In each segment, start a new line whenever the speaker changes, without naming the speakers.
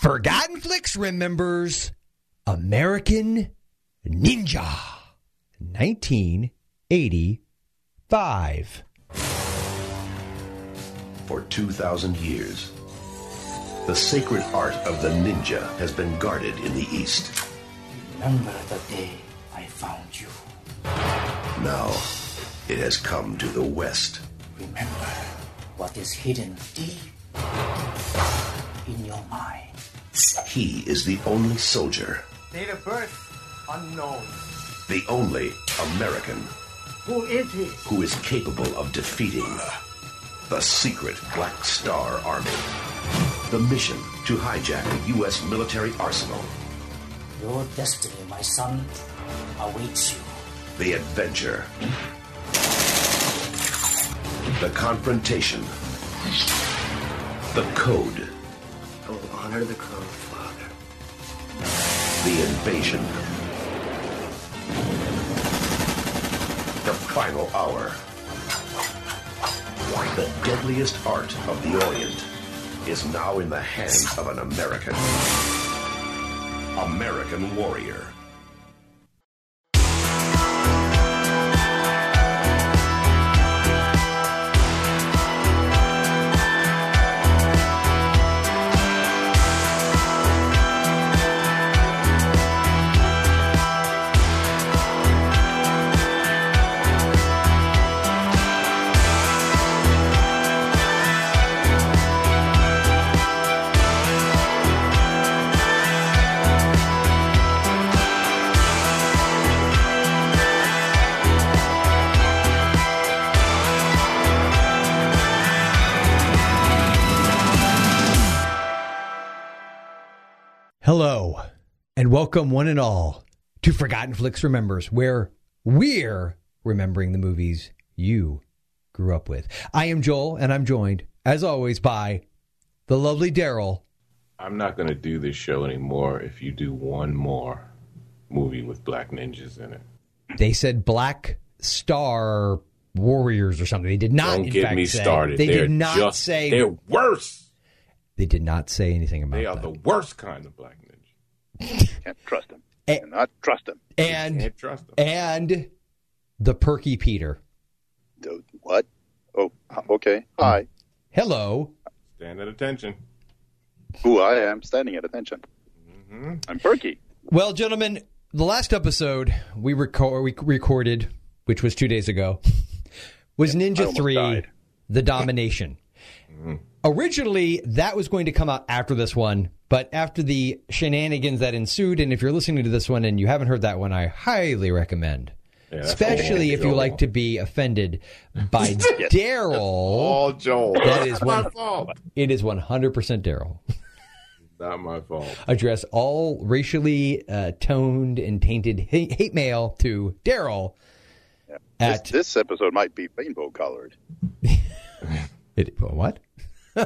Forgotten Flicks remembers American Ninja 1985.
For 2,000 years, the sacred art of the ninja has been guarded in the East.
Remember the day I found you.
Now, it has come to the West.
Remember what is hidden deep in your mind.
He is the only soldier,
Date of birth unknown.
the only American
Who is he?
who is capable of defeating the secret Black Star Army. The mission to hijack the U.S. military arsenal.
Your destiny, my son, awaits you.
The adventure. The confrontation. The code.
I will Oh, honor the code, Father.
The invasion. The final hour. The deadliest art of the Orient is now in the hands of an American. American warrior.
Hello, and welcome one and all to Forgotten Flicks Remembers, where we're remembering the movies you grew up with. I am Joel, and I'm joined, as always, by the lovely Daryl.
I'm not going to do this show anymore if you do one more movie with black ninjas in it.
They said Black Star Warriors or something. They did not.
Don't
in
get
fact,
me
say-
started.
They
They're
did not
just-
say.
they're worse.
They did not say anything about
They are
that.
the worst kind of black ninja.
Can't trust him.
Eh.
Cannot trust him.
and
Can't trust them.
and the Perky Peter.
The- What? Oh, okay. Hi.
Hello,
Stand at attention.
Who I am standing at attention.
Mm-hmm.
I'm Perky.
Well, gentlemen, the last episode we, reco- we recorded, which was two days ago, was Ninja
almost
3
died.
The Domination.
Mm-hmm.
Originally, that was going to come out after this one, but after the shenanigans that ensued, and if you're listening to this one and you haven't heard that one, I highly recommend.
Yeah, that's
Especially
all
if you
Joel.
like to be offended by Daryl.
All Joel.
That is
my
one-
fault.
It is 100% Daryl.
Not my fault.
address all racially uh, toned and tainted hate, hate mail to Daryl at
This, this episode might be rainbow colored.
it, what?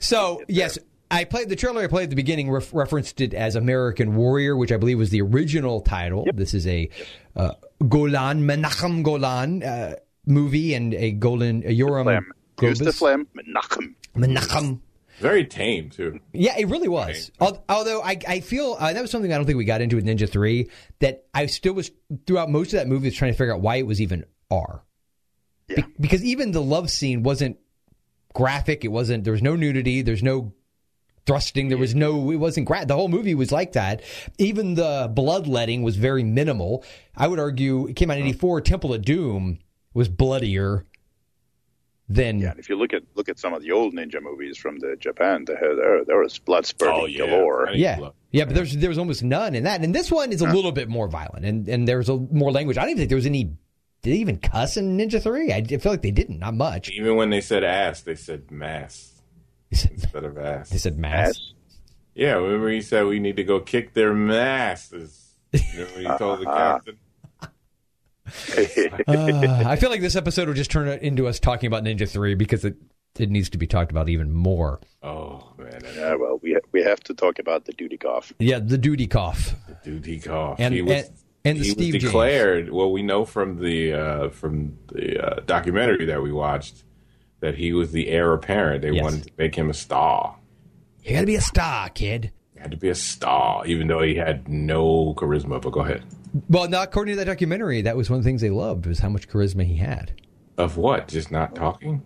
so yes, I played the trailer. I played at the beginning ref- referenced it as American Warrior, which I believe was the original title. This is a uh, Golan Menachem Golan uh, movie and a Golan a Yoram
Flem. Use the
Globus
phlegm. Menachem.
Menachem.
Very tame, too.
Yeah, it really was. Al Although I, I feel uh, that was something I don't think we got into with Ninja Three. That I still was throughout most of that movie was trying to figure out why it was even R. Be-
Yeah.
because even the love scene wasn't graphic. It wasn't. There was no nudity. There's no thrusting. There was no. It wasn't. Gra- the whole movie was like that. Even the bloodletting was very minimal. I would argue it came out in '84. Temple of Doom was bloodier than
Yeah, and if you look at look at some of the old ninja movies from the Japan, they had, there there was blood
Oh,
spurting galore.
I need
Yeah.
blood.
Yeah, but there's there was almost none in that, and this one is a little bit more violent, and and there's a more language. I don't even think there was any. Did they even cuss in Ninja Three? I d- feel like they didn't. Not much.
Even when they said ass, they said mass instead of
They
ass.
said mass.
Yes.
Yeah, remember he said we need to go kick their masses. Remember he told the captain?
Uh, I feel like this episode will just turn it into us talking about Ninja Three because it it needs to be talked about even more.
Oh, man. that-
Yeah, Uh, well, we we have to talk about the duty cough.
Yeah, the duty cough.
Dude, he coughed.
And-
he was,
and- and the
he
Steve
was
James.
declared. Well, we know from the uh, from the uh, documentary that we watched that he was the heir apparent. They
Yes.
wanted to make him a star.
You got to be a star, kid.
Had to be a star, even though he had no charisma. But go ahead.
Well, now according to that documentary, that was one of the things they loved was how much charisma he had.
Of what? Just not talking?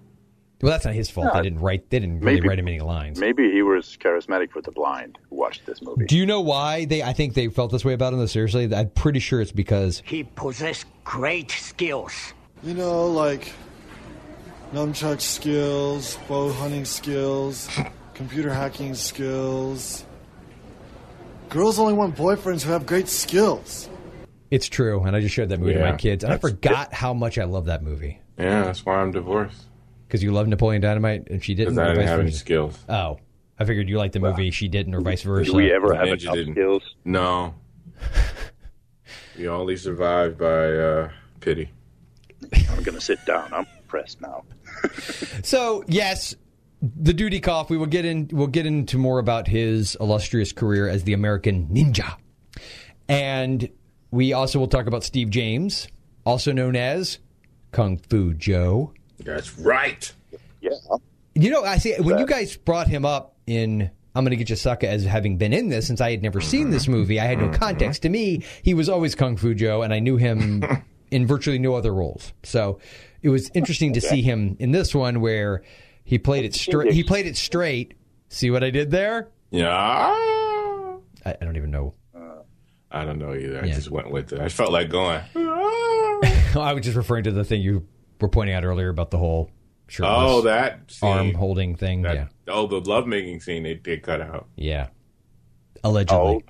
Well, that's not his fault. they didn't write. They didn't really
Uh, Maybe-
write him any lines.
Maybe he was charismatic for the blind who watched this movie.
Do you know why they? I think they felt this way about him. Though seriously, I'm pretty sure it's because
He possessed great skills.
You know, like nunchuck skills, bow hunting skills, computer hacking skills. Girls only want boyfriends who have great skills.
it's true. And I just showed that movie to my
Yeah,
kids, and I
that's-
forgot how much I love that movie
Yeah, that's why I'm divorced.
because you love Napoleon Dynamite and she didn't.
Because I
or
didn't
vice
have any
versa.
skills.
Oh, I figured you liked the movie, she didn't, or vice versa.
Did we ever
The
have
ninja
enough
didn't.
skills?
No. we only survived by uh, pity.
I'm going to sit down. I'm impressed now.
So yes, the duty cough. We will get in. We'll get into more about his illustrious career as the American Ninja, and we also will talk about Steve James, also known as Kung Fu Joe.
That's right.
Yeah.
You know, I see when you guys brought him up in I'm going to get you sucker as having been in this since I had never seen this
Mm-hmm.
movie. I had no context. To me, he was always Kung Fu Joe and I knew him in virtually no other roles. So, it was interesting to see him in this one where he played it straight he played it straight. See what I did there?
Yeah.
I, I don't even know.
I don't know either. I
Yeah.
just went with it. I felt like going.
I was just referring to the thing you were pointing out earlier about the whole shirtless
Oh, that scene.
arm holding thing.
That-
yeah.
Oh, the lovemaking scene they, they cut out.
Yeah. Allegedly.
Oh,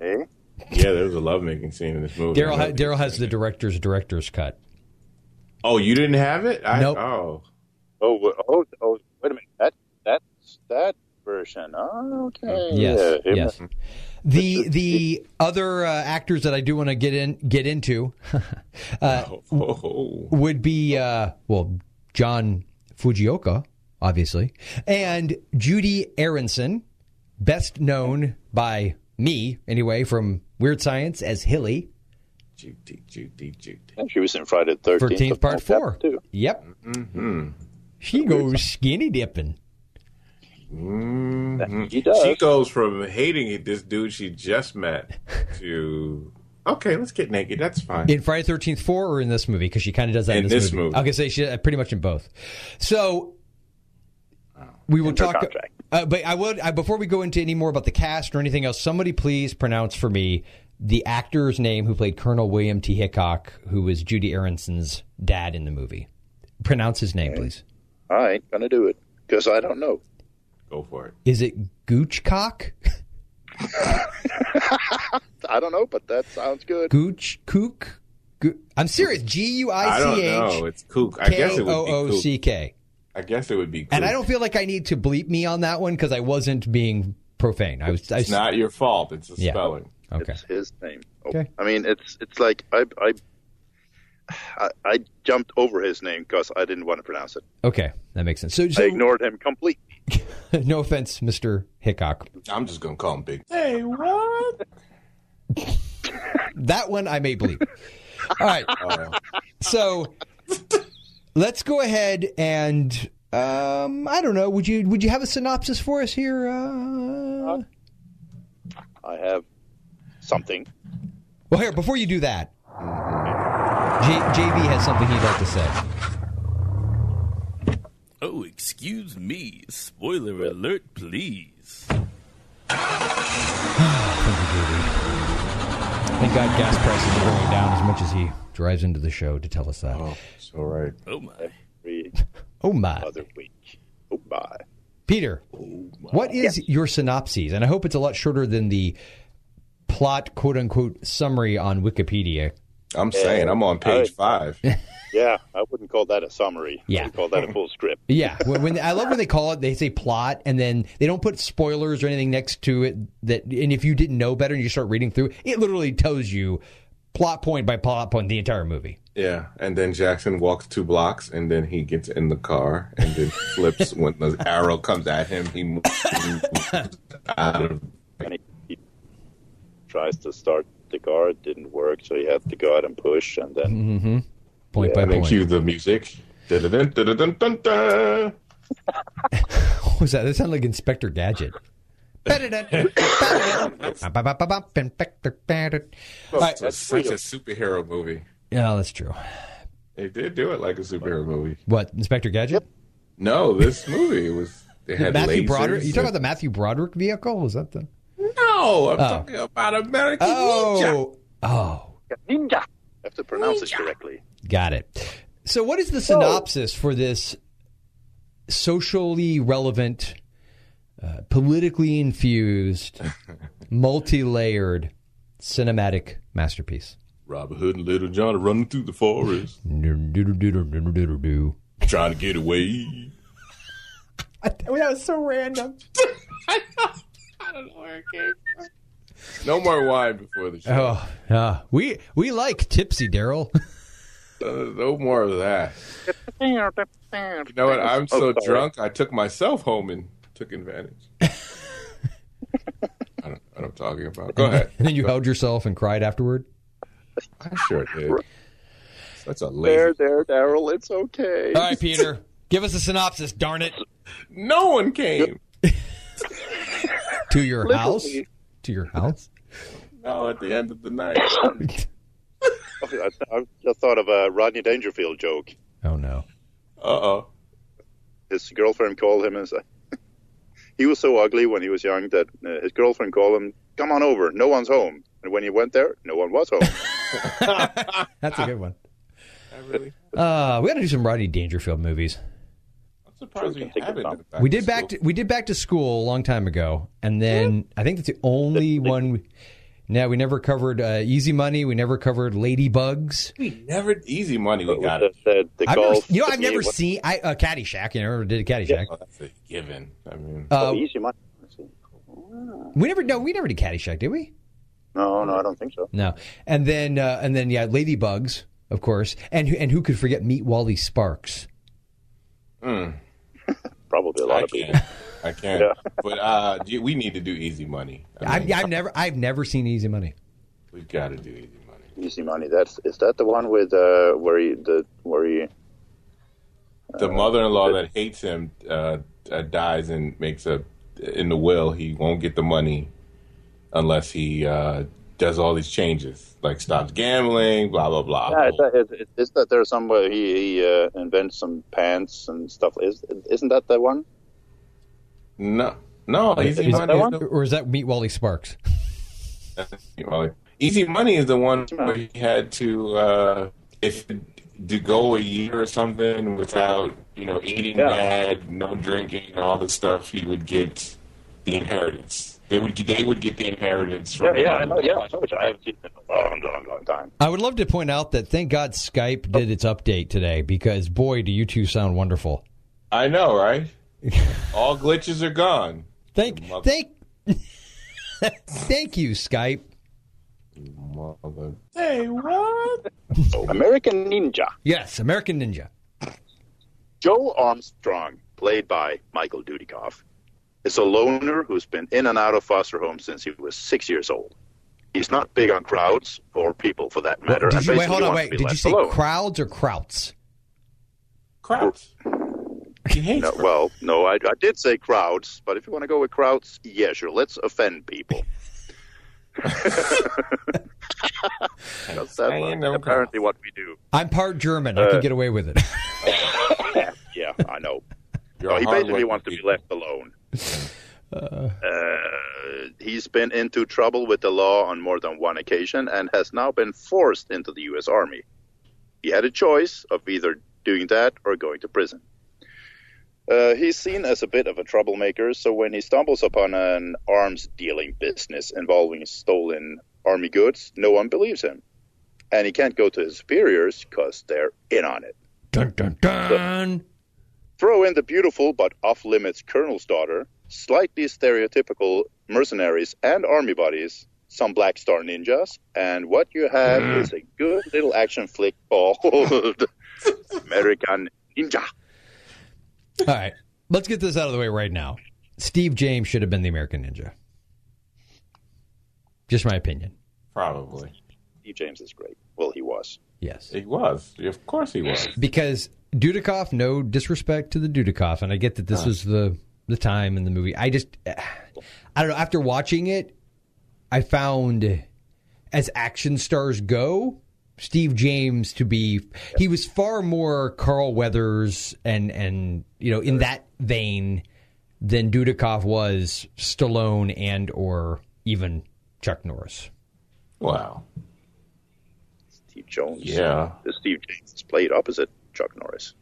Okay.
Yeah, there was a lovemaking scene in this movie.
Daryl ha- Daryl has the director's director's cut.
Oh, you didn't have it? I,
Nope.
Oh,
Oh, w- oh, oh, wait a minute. That, that's that version. Oh, okay.
Yes,
Yeah, him-
yes. The the other uh, actors that I do want to get in get into
Oh, oh, oh.
would be uh, well John Fujioka, obviously, and Judy Aronson, best known by me anyway from Weird Science as Hilly,
Judy, Judy, Judy.
And she was in Friday the 13th.
Thirteenth
of
Part
November,
Four.
Too. Mm-hmm.
Yep, she goes skinny dipping.
She does.
Mm. She goes from hating this dude she just met to okay, let's get naked. That's fine.
In Friday Thirteenth Four or in this movie because she kind of does that in,
In this movie.
I can say she uh, pretty much in both. So
Oh.
we will
Under
talk.
contract.
Uh, but I would I, before we go into any more about the cast or anything else. Somebody please pronounce for me the actor's name who played Colonel William T. Hickok, who was Judy Aronson's dad in the movie. Pronounce his name, please.
I ain't going to do it because I don't know.
Go for it.
Is it Goochcock?
I don't know, but that sounds good.
Gooch Kook? Goo- I'm serious. G U
I
I
don't
C
know.
H
It's kook. I guess
K
it
O
would
O
be
C
kook.
K.
I guess it would be. Kook.
And I don't feel like I need to bleep me on that one because I wasn't being profane. I was. I was
It's not your fault. It's a
Yeah.
spelling.
okay.
It's his name. Oh,
Okay.
I mean, it's it's like I I I, I jumped over his name because I didn't want to pronounce it.
Okay, that makes sense. So,
I
so
ignored him completely.
no offense, Mister Hickok.
I'm just gonna call him big. Hey, what?
That one I may bleep. All right.
Oh,
So let's go ahead and um, I don't know. Would you would you have a synopsis for us here? Uh...
I have something.
Well, here before you do that, J- JV has something he'd like to say.
Oh, excuse me. Spoiler alert, please.
Thank God gas prices are going down as much as he drives into the show to tell us that.
Oh, it's all right.
Oh my.
Every
Oh my.
other week. Oh, bye.
Peter, what is your synopsis? And I hope it's a lot shorter than the plot, quote unquote, summary on Wikipedia.
I'm saying I'm on page five.
Yeah, I wouldn't call that a summary.
Yeah.
I'd call that a full script.
Yeah, when, when I love when they call it, they say plot, and then they don't put spoilers or anything next to it. That and if you didn't know better and you start reading through, it literally tells you plot point by plot point the entire movie.
Yeah, and then Jackson walks two blocks, and then he gets in the car, and then flips when the arrow comes at him. He moves out of
And he, he tries to start the car, it didn't work, so he had to go out and push, and then
Mm-hmm. Point by
and then
point.
cue the music. Dun-dun-dun, dun-dun-dun-dun.
What was that? That sounded like Inspector Gadget. All right.
It's such a superhero movie.
Yeah, that's true.
They did do it like a superhero movie.
What Inspector Gadget?
No, this movie was. They had
Matthew
lasers
Broderick. You talking about
and-
the Matthew Broderick vehicle? Was that the?
No, I'm talking about American Ninja.
Oh, oh,
Ninja.
I have to pronounce it correctly.
got it. So, what is the synopsis for this socially relevant, uh, politically infused, multi-layered cinematic masterpiece?
Robin Hood and Little John are running through the forest,
Do-do-do-do-do-do-do.
trying to get away.
That was so random.
No more wine before the show.
Oh, uh, we we like tipsy, Daryl.
Uh, no more of that. You know what? I'm so
Oh, sorry.
drunk. I took myself home and took advantage. I don't know what I'm talking about. Go ahead.
and then you held yourself and cried afterward.
I sure did. That's a
There,
lazy.
there, Daryl. It's okay.
All right, Peter, give us a synopsis. Darn it.
No one came.
To your house?
Literally.
To your house?
No, at the end of the night.
I, I just thought of a Rodney Dangerfield joke.
Oh no.
Uh oh.
His girlfriend called him and said, he was so ugly when he was young that uh, his girlfriend called him, "Come on over. No one's home." And when he went there, no one was home.
That's a good one.
I really.
Uh, we got to do some Rodney Dangerfield movies.
I'm surprised we haven't. done
We did back
school.
to we did back to school a long time ago, and then I think that's the only one. We, now we never covered uh, Easy Money. We never covered Ladybugs.
We never easy money. We
But
got
the,
it.
the, the
I've never,
golf.
you know, I've
the-
never
what-
seen I, uh, Caddyshack. You never did a Caddyshack.
Oh, that's a given. I mean,
Oh,
Uh,
easy money.
we never no, we never did Caddyshack, did we?
No, no, I don't think so.
No. And then uh, and then yeah, Ladybugs, of course. And who- and who could forget Meet Wally Sparks?
Probably a lot
I
of people.
can't. I can't.
Yeah.
But uh, you- we need to do easy money. I
I've,
mean,
I've never I've never seen Easy Money.
we've got to do easy money.
Easy money. That's is that the one with uh, where he the where he
the mother-in-law that hates him uh, uh, dies and makes a in the will he won't get the money unless he uh, does all these changes like stops gambling blah blah blah
Yeah, it's that, it's, it's- it's that there's somewhere he, he uh, invents some pants and stuff. Is, isn't that the one?
no no Oh, easy
Is-
money
is-
is
one?
the,
or is that Meet Wally Sparks?
you know, like, easy money is the one where he had to uh, if to go a year or something without you know eating
Yeah.
bad no drinking all the stuff he would get the inheritance they would they would get the inheritance from him.
yeah. I haven't seen it in a long, long, long time.
I would love to point out that thank God Skype did its update today because boy, do you two sound wonderful.
I know, right? All glitches are gone.
Thank
Mother-
thank thank you Skype.
Mother. Hey, what?
American Ninja
Yes, American Ninja.
Joe Armstrong, played by Michael Dudikoff, is a loner who's been in and out of foster homes since he was six years old. He's not big on crowds or people, for that matter.
Did
and
you, wait,
basically
hold on,
wants
wait.
to be
Did you
left
say
alone.
crowds or krauts?
Crowds. He hates
No,
crowds.
well, no, I, I did say crowds, but if you want to go with crowds, yeah, sure. Let's offend people. That's
I ain't
that's
no
apparently what we do.
I'm part German.
Uh,
I could get away with it.
Yeah, I know.
You're
No,
a
Oh, he basically
hard-working
wants to be
people.
left alone. Uh, he's been into trouble with the law on more than one occasion and has now been forced into the U.S. Army. He had a choice of either doing that or going to prison. Uh, he's seen as a bit of a troublemaker, so when he stumbles upon an arms dealing business involving stolen army goods, no one believes him. And he can't go to his superiors because they're in on it.
Dun dun dun.
Throw in the beautiful but off limits colonel's daughter, slightly stereotypical mercenaries and army buddies, some Black Star ninjas, and what you have
Mm.
is a good little action flick called American Ninja.
All right, let's get this out of the way right now. Steve James should have been the American Ninja. Just my opinion.
Probably.
Steve James is great. Well, he was.
Yes,
He was. Of course he was.
Uh-huh.
because Dudikoff. No disrespect to the Dudikoff, and I get that this was the the time in the movie. I just, uh, I don't know. After watching it, I found as action stars go, Steve James to be he was far more Carl Weathers and and you know in that vein than Dudikoff was Stallone and or even Chuck Norris.
Wow.
Steve Jones.
Yeah.
The Steve James is played opposite Chuck Norris.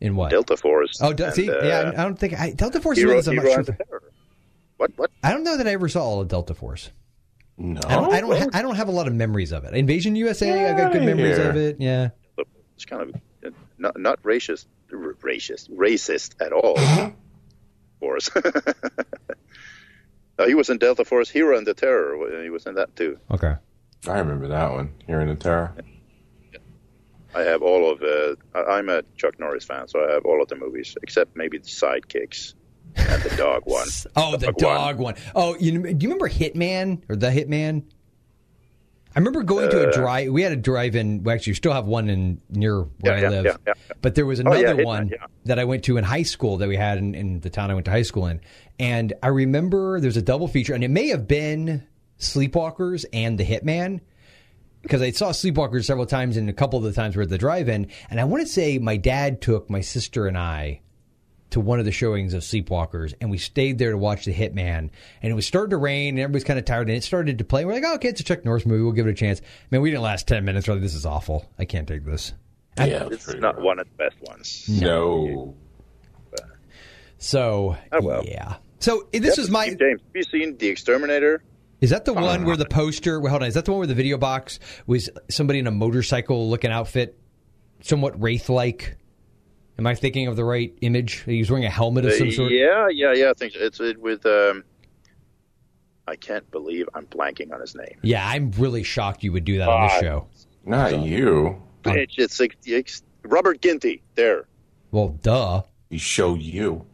In what?
Delta Force.
Oh, does he?
and, uh,
yeah, I don't think I, Delta Force.
Hero-
is another- I'm
Hero
not
and
sure.
the Terror. What? What?
I don't know that I ever saw all of Delta Force.
No.
I don't. I don't, ha- I don't have a lot of memories of it. Invasion USA. I got good
Yeah,
memories
yeah.
of it. Yeah.
It's kind of uh, not not racist, r- racist, racist at all. of course. no, he was in Delta Force Hero and the Terror. He was in that too.
Okay.
I remember that one. Here in the Terror.
I have all of. Uh, I- I'm a Chuck Norris fan, so I have all of the movies except maybe the sidekicks and the dog one.
Oh, the
Dog one.
dog one. Oh, you do you remember Hitman or the Hitman? I remember going to a drive. We had a drive-in. Well, actually, we still have one in near where
Uh. Yeah,
I
yeah,
live.
yeah, yeah.
But there was
Oh, yeah,
another
Hitman,
one
yeah.
that I went to in high school that we had in, in the town I went to high school in, and I remember there's a double feature, and it may have been Sleepwalkers and the Hitman because I saw Sleepwalkers several times, and a couple of the times we were at the drive-in, and I want to say my dad took my sister and I to one of the showings of Sleepwalkers, and we stayed there to watch The Hitman. And it was starting to rain, and everybody's kind of tired, and it started to play. We're like, oh, okay, it's a Chuck Norris movie. We'll give it a chance. Man, we didn't last 10 minutes. We're like, this is awful. I can't take this.
Yeah. it was
It's
pretty
not
rough.
one of the best ones.
No.
So,
Oh, well.
yeah. So this is my.
Steve James. Have you seen The Exterminator?
Is that the one where the poster? Well, hold on. Is that the one where the video box was somebody in a motorcycle looking outfit, somewhat wraith like? Am I thinking of the right image? He was wearing a helmet of
Uh,
some sort.
Yeah, yeah, yeah. I think so. it's it, with. Um, I can't believe I'm blanking on his name.
Yeah, I'm really shocked you would do that on this
Ah.
show.
Not you.
It's, it's, like- it's Robert Ginty. There.
Well, duh.
He showed you.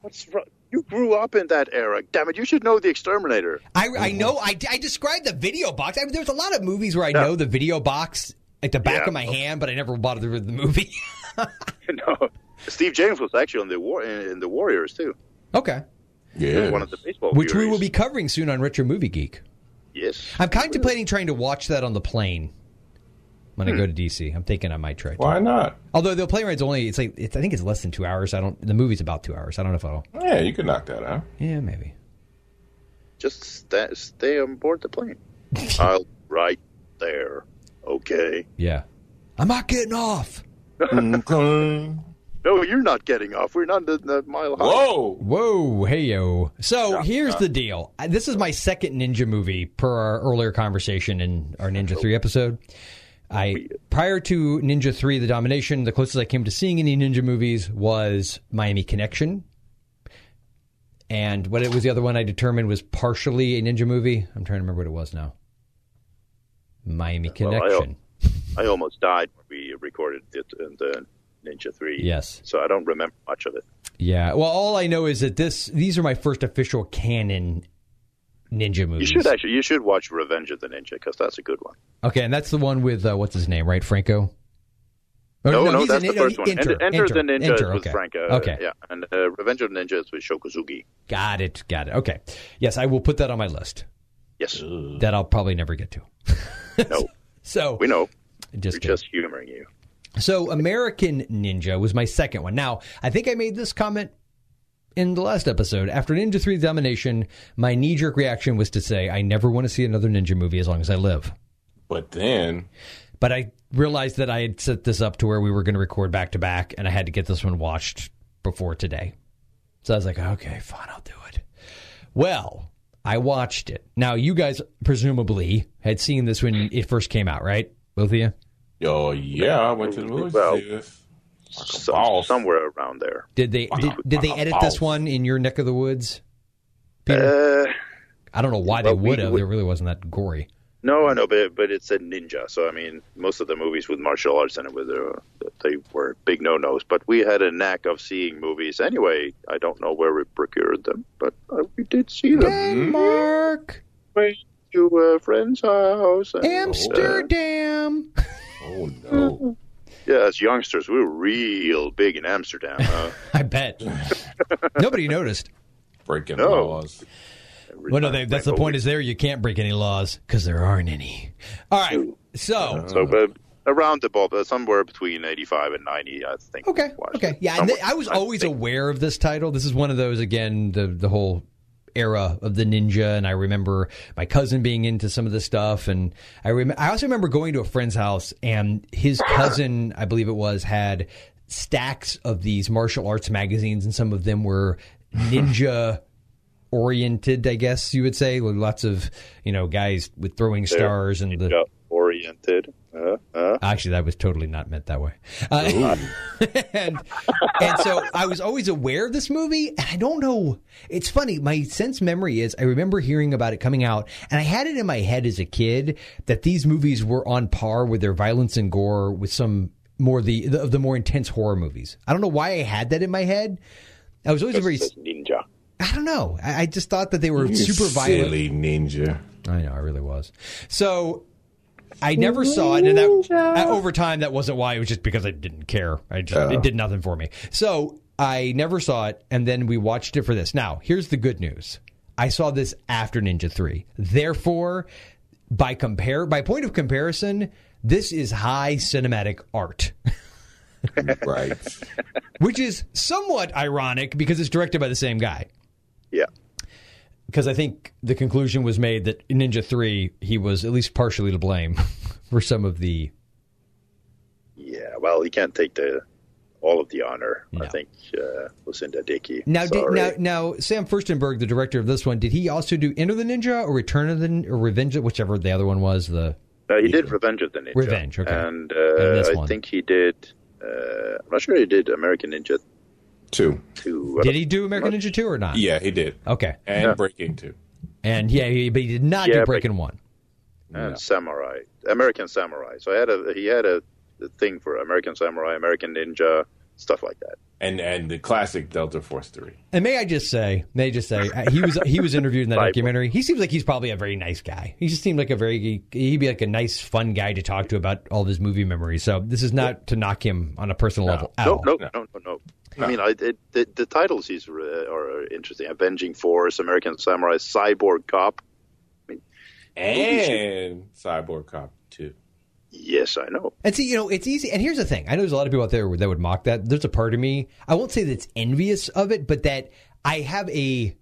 What's wrong? You grew up in that era. Damn it, you should know The Exterminator.
I, I
Mm-hmm.
know. I, I described the video box. I mean, there's a lot of movies where I know the video box at the back
Yeah.
of my hand, but I never bothered with the movie.
no, Steve James was actually in the war in, in the Warriors too.
okay.
Yeah.
One of the baseball.
Which we
Furies.
will be covering soon on Retro Movie Geek.
Yes.
I'm contemplating trying to watch that on the plane when I go to DC. I'm thinking I might try. To.
Why not?
Although the plane ride's only, it's like it's, I think it's less than two hours. I don't. The movie's about two hours. I don't know if I'll.
Yeah, you could knock that out.
Yeah, maybe.
Just sta stay on board the plane. I'll right there. Okay.
Yeah. I'm not getting off.
Mm,
No, you're not getting off. We're not in the mile high.
Whoa.
Whoa, hey yo. So here's
Uh,
the deal. I- This is my second ninja movie per our earlier conversation in our Ninja 3 episode. I prior to Ninja 3 the domination, the closest I came to seeing any ninja movies was Miami Connection. And what it was the other one I determined was partially a ninja movie. I'm trying to remember what it was now. Miami
Well, I-
Connection.
I almost died when we recorded it in the Ninja Three.
Yes.
So I don't remember much of it.
yeah. Well, all I know is that this these are my first official canon ninja
You
movies.
should actually. You should watch Revenge of the Ninja because that's a good one.
Okay, and that's the one with uh, what's his name, right? Franco. Oh,
No, no,
he's
that's
in-
the first
he-
one.
Enter,
Enter, Enter the Ninja
Enter,
is with
okay.
Frank. Uh,
okay,
Yeah, and uh, Revenge of the Ninja is with Shokuzugi.
got it, got it. Okay, yes, I will put that on my list
Yes,
that I'll probably never get to.
no,
So
we know.
just,
We're
kidding.
just humoring you.
so American Ninja was my second one. Now I think I made this comment in the last episode. After Ninja Three Domination, my knee jerk reaction was to say I never want to see another ninja movie as long as I live.
But then
But I realized that I had set this up to where we were going to record back to back, and I had to get this one watched before today. So I was like, okay, fine, I'll do it. Well, I watched it. Now, you guys presumably had seen this when it first came out, right? Both of you?
Oh yeah, I went to the movies.
Well,
to see this. Like a
Some-
boss.
somewhere around there.
Did they did, did they edit this one in your neck of the woods? Peter?
Uh,
I don't know why they
well, we-
would have.
we-
It really wasn't that gory.
no, I know, but but it's a ninja. So I mean, most of the movies with martial arts in it were uh, they were big no nos. But we had a knack of seeing movies anyway. I don't know where we procured them, but uh, we did see them.
Denmark,
Went to a friend's house. And, uh,
Amsterdam.
Oh no.
Yeah, as youngsters, we were real big in Amsterdam. Huh?
I bet. Nobody noticed.
Breaking
No.
laws.
Well, no, they, that's the point is there you can't break any laws because there aren't any. All right. So,
So, but around the ball, but somewhere between 85 and 90, I think.
okay.
we watched
Okay.
it.
Yeah. And th- I
Somewhere-
was always aware of this title. This is one of those, again, the, the whole era of the ninja. And I remember my cousin being into some of this stuff. And I, rem- I also remember going to a friend's house and his cousin, I believe it was, had stacks of these martial arts magazines, and some of them were ninja. oriented, I guess you would say. With Lots of you know guys with throwing stars and the.
Yeah, oriented. Uh, uh.
Actually, that was totally not meant that way. Uh, and and so I was always aware of this movie, and I don't know. It's funny. My sense memory is I remember hearing about it coming out, and I had it in my head as a kid that these movies were on par with their violence and gore with some more the the, of the more intense horror movies. I don't know why I had that in my head. I was always a very
It's ninja.
I don't know. I, I just thought that they were
You
super violent.
silly ninja.
I know, I really was. So I never saw it, and that, uh, over time, that wasn't why. It was just because I didn't care. I just it did nothing for me. So I never saw it, and then we watched it for this. Now, here's the good news: I saw this after Ninja Three. Therefore, by compare, by point of comparison, this is high cinematic art.
Right.
Which is somewhat ironic because it's directed by the same guy.
Yeah.
because I think the conclusion was made that in Ninja Three he was at least partially to blame for some of the.
Yeah. Well, you can't take the all of the honor.
No.
I think uh, Lucinda Dickey.
Now, did,
Sorry.
now, now, Sam Furstenberg, the director of this one, did he also do Enter the Ninja or Return of the Nin- or Revenge, of- whichever the other one was? The
No, Uh, he did Revenge of the Ninja.
Revenge, okay. And
And, uh,
this
I
one.
think he did. Uh, I'm not sure he did American Ninja uh,
Two.
2.
did he do American Ninja Two or not?
Yeah, he did.
Okay,
And breaking two.
and yeah, he, but he did not
Yeah,
do
but-
Breaking One.
and Samurai, American Samurai. So I had a he had a, a thing for American Samurai, American Ninja, stuff like that.
And and the classic Delta Force three.
And may I just say, may I just say, uh, he was he was interviewed in that
Bible.
documentary. He seems like he's probably a very nice guy. He just seemed like a very he'd be like a nice, fun guy to talk to about all of his movie memories. So this is not to knock him on a personal level at all.
No, no, no, no, no. I mean, I, it, the, the titles he's re- are interesting: Avenging Force, American Samurai, Cyborg Cop.
And Cyborg Cop two.
Yes, I know.
And see, you know, it's easy. And here's the thing: I know there's a lot of people out there that would mock that. There's a part of me I won't say that's envious of it, but that I have a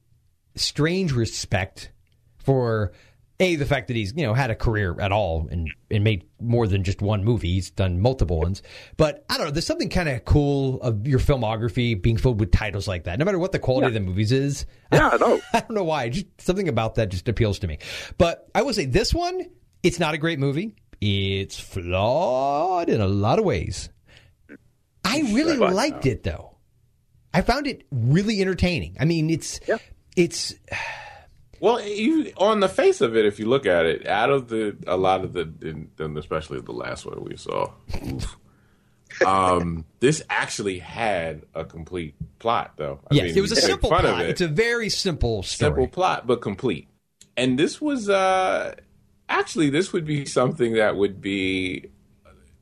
strange respect for a the fact that he's you know had a career at all and and made more than just one movie. He's done multiple ones. But I don't know. There's something kind of cool of your filmography being filled with titles like that, no matter what the quality of the movies is.
Yeah, I know.
I don't know why. Just something about that just appeals to me. But I will say this one, it's not a great movie. It's flawed in a lot of ways. I really liked it though. I found it really entertaining. I mean, it's it's
Well, you, on the face of it, if you look at it, out of the a lot of the, in, and especially the last one we saw, oof, um, this actually had a complete plot, though. I
yes,
mean,
it was
you
a
make
simple
fun of
plot.
it.
It's a very simple story.
simple plot, but complete. And this was uh, actually this would be something that would be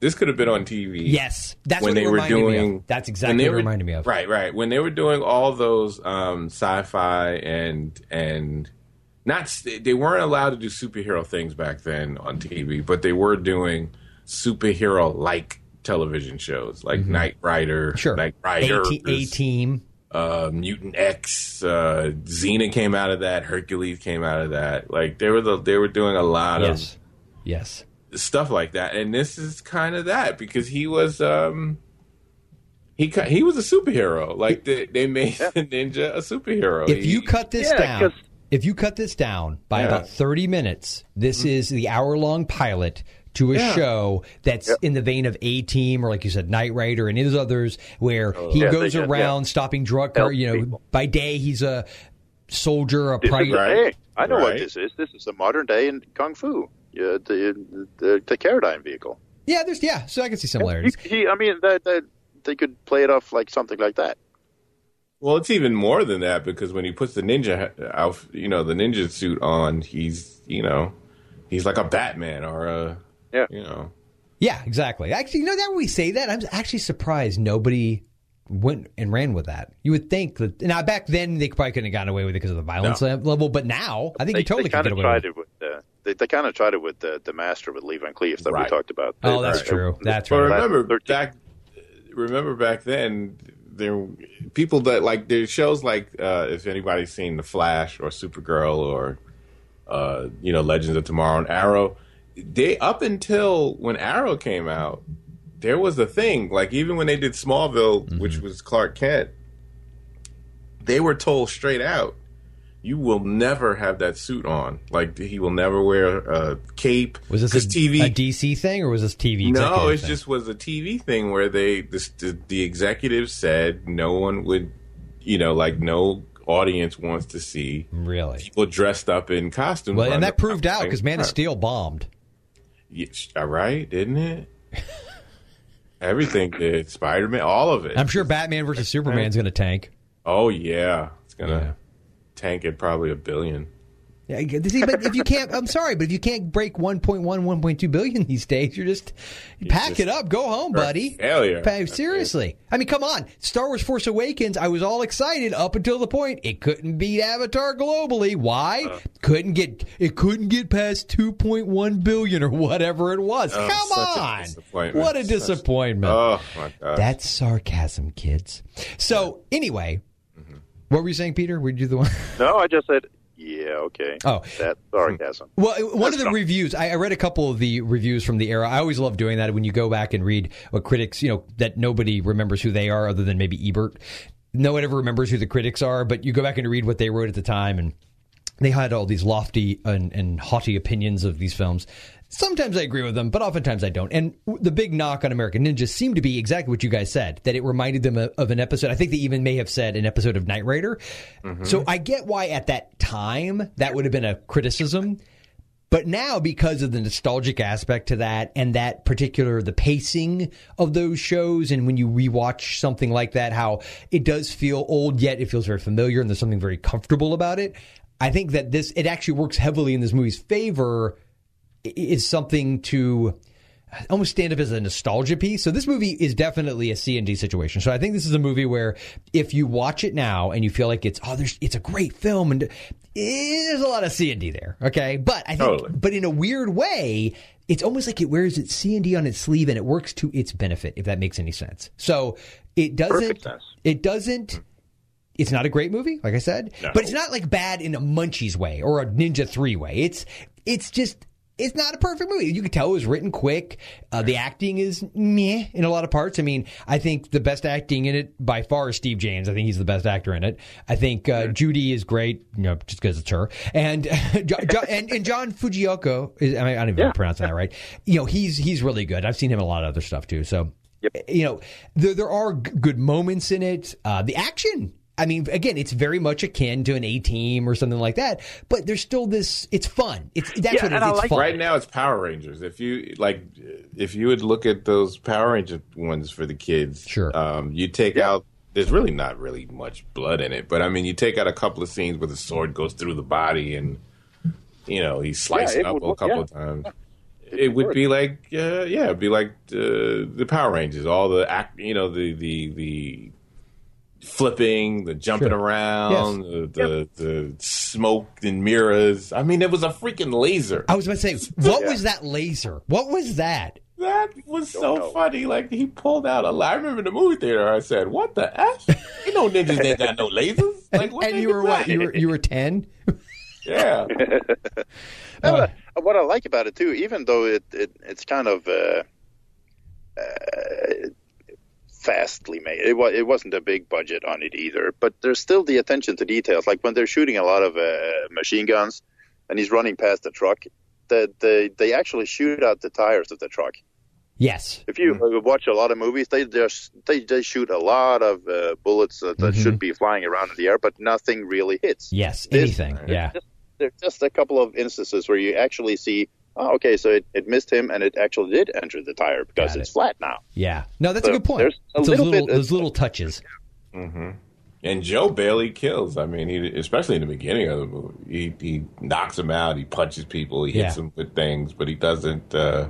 this could have been on TV.
Yes, that's what it reminded me of. That's exactly
when they
what it
were-
reminded me of.
Right, right. When they were doing all those um, sci-fi and and not s- they weren't allowed to do superhero things back then on TV, but they were doing superhero like television shows like Knight Rider,
Mm-hmm. Sure.
Knight Rider,
A team.
uh, Mutant X, uh, Xena came out of that, Hercules came out of that. Like they were the, they were doing a lot
Yes. Yes.
of stuff like that, and this is kind of that because he was um he ki- he was a superhero. Like they, they made the ninja a superhero.
If
He-
you cut this
Yeah,
down,
'cause-
if you cut this down by
Yeah. Mm-hmm.
about 30 minutes, this is the hour long pilot to a
Yeah.
show that's in the vein of A Team or like you said Knight Rider and his others where
Oh,
he
Yeah,
goes
they get-
around stopping drug car,
Help
you know,
people.
by day he's a soldier, a
This
pri-
is- hey, I know what
Right.
this is. This is a modern day in kung fu. Yeah, the the, the Takaradime vehicle.
Yeah, there's yeah, so I can see
He,
similarities.
he, I mean, that, that they could play it off like something like that.
well, it's even more than that because when he puts the ninja out, you know, the ninja suit on, he's you know, he's like a Batman or a
Yeah.
you know.
Yeah, exactly. Actually, you know that when we say that, I'm actually surprised nobody went and ran with that. You would think that now back then they probably couldn't have gotten away with it because of the violence
No.
level, but now I think
they,
you totally
they
could
kind
get
of
away with
tried
it.
it with uh, they, they kind of tried it with uh, the master with Lee Van Cleef that we
Right.
talked about.
Oh, that's true. That's
But
right.
remember back, remember back then, there people that like there's shows like uh, if anybody's seen The Flash or Supergirl or uh, you know Legends of Tomorrow and Arrow, they up until when Arrow came out, there was a thing like even when they did Smallville,
Mm-hmm.
which was Clark Kent, they were told straight out. You will never have that suit on. Like he will never wear a cape.
Was this
'Cause
a,
TV
a DC thing or was this TV?
no,
executive
it
thing?
just was a TV thing where they the, the the executives said no one would, you know, like no audience wants to see
really.
people dressed up in costumes.
Well,
running
and that proved
around
out
playing
because Man of
cards.
Steel bombed.
Yeah, sh- all right, didn't it? Everything did Spider Man, all of it.
I'm sure Batman versus Superman's going to tank.
oh yeah, it's gonna tank it probably a billion.
Yeah, I get- see, but if you can't, I'm sorry, but if you can't break 1.1, 1.2 billion these days, you're just pack
just-
it up, go home, buddy.
failure.
Pa- seriously, I mean, come on. Star Wars: Force Awakens. I was all excited up until the point it couldn't beat Avatar globally. Why?
Uh.
couldn't get it. Couldn't get past 2.1 billion or whatever it was.
Oh,
come
such a
on,
disappointment.
what a
Such-
disappointment.
Oh my god,
That's sarcasm, kids. So anyway,
Mm-hmm.
what were you saying, Peter? Were you the one?
No, I just said, yeah, okay.
Oh.
that's sarcasm.
Well, one of the reviews, I, I read a couple of the reviews from the era. I always love doing that when you go back and read what critics, you know, that nobody remembers who they are other than maybe Ebert. No one ever remembers who the critics are, but you go back and read what they wrote at the time, and they had all these lofty and, and haughty opinions of these films. Sometimes I agree with them, but oftentimes I don't. And w- the big knock on American Ninja seemed to be exactly what you guys said that it reminded them of, of an episode. I think they even may have said an episode of Knight Rider. So I get why at that time that would have been a criticism. But now, because of the nostalgic aspect to that and that particular, the pacing of those shows, and when you rewatch something like that, how it does feel old, yet it feels very familiar and there's something very comfortable about it. I think that this, it actually works heavily in this movie's favor, i- is something to almost stand up as a nostalgia piece. So this movie is definitely a C and D situation. So I think this is a movie where if you watch it now and you feel like it's oh there's it's a great film and eh, there's a lot of C and D there. Okay, but I think
Totally.
but in a weird way. It's almost like it wears its C and D on its sleeve, and it works to its benefit, if that makes any sense. So it doesn't.
Perfect sense.
It doesn't it's not a great movie, like I said, but it's not like bad in a Munchies way or a Ninja Three way. It's it's just it's not a perfect movie. You can tell it was written quick. Uh, the acting is meh in a lot of parts. I mean, I think the best acting in it by far is Steve James. I think he's the best actor in it. I think uh, Judy is great, you know, just because it's her. And, Jo- Jo- and and John Fujioka, is, I, mean, I don't even know if I'm pronouncing that right. You know, he's he's really good. I've seen him in a lot of other stuff too. So Eh, you know, there, there are g- good moments in it. Uh, the action, I mean, again, it's very much akin to an A team or something like that, but there's still this, it's fun. It's, that's what it is. It's fun.
Right now, it's Power Rangers. If you like, if you would look at those Power Ranger ones for the kids,
Sure.
Um, you take out. There's really not really much blood in it, but I mean, you take out a couple of scenes where the sword goes through the body, and you know he's sliced
Yeah, it
up
would
a
look-
couple
yeah.
of times. It would be like, uh, yeah, it'd be like uh, the Power Rangers. All the act, you know, the the the flipping, the jumping
Sure.
around, the, the the smoke and mirrors. I mean, it was a freaking laser.
I was about to say, what was that laser? What was that?
That was so funny. Like he pulled out a. la- I remember in the movie theater. I said, "What the f? You know ninjas ain't got no lasers." Like what?
and
the
you
heck
were
is
what?
that?
You were, you were 10?
yeah.
Oh,
Uh, What I like about it too, even though it, it it's kind of uh, uh, fastly made, it was it wasn't a big budget on it either. But there's still the attention to details. Like when they're shooting a lot of uh, machine guns, and he's running past the truck, that they they actually shoot out the tires of the truck.
Yes.
If you uh, watch a lot of movies, they just they they shoot a lot of uh, bullets that, that should be flying around in the air, but nothing really hits
Mm-hmm. Yes.
This-
Anything. Yeah.
there's just a couple of instances where you actually see, oh, okay, so it, it missed him and it actually did enter the tire because
Got
it's flat now.
Yeah. No, that's a
So
good point.
there's a
It's
little
those, little,
bit-
those little touches.
And Joe Bailey kills. I mean, he especially in the beginning of the movie, he he knocks him out. He punches people. He hits
Yeah.
them with things, but he doesn't. uh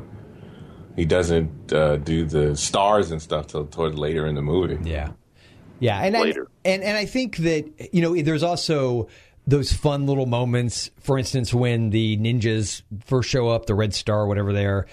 He doesn't uh, do the stars and stuff till toward later in the movie.
Yeah, yeah, and
Later.
I, and and I think that you know there's also those fun little moments. For instance, when the ninjas first show up, the Red Star, whatever they are,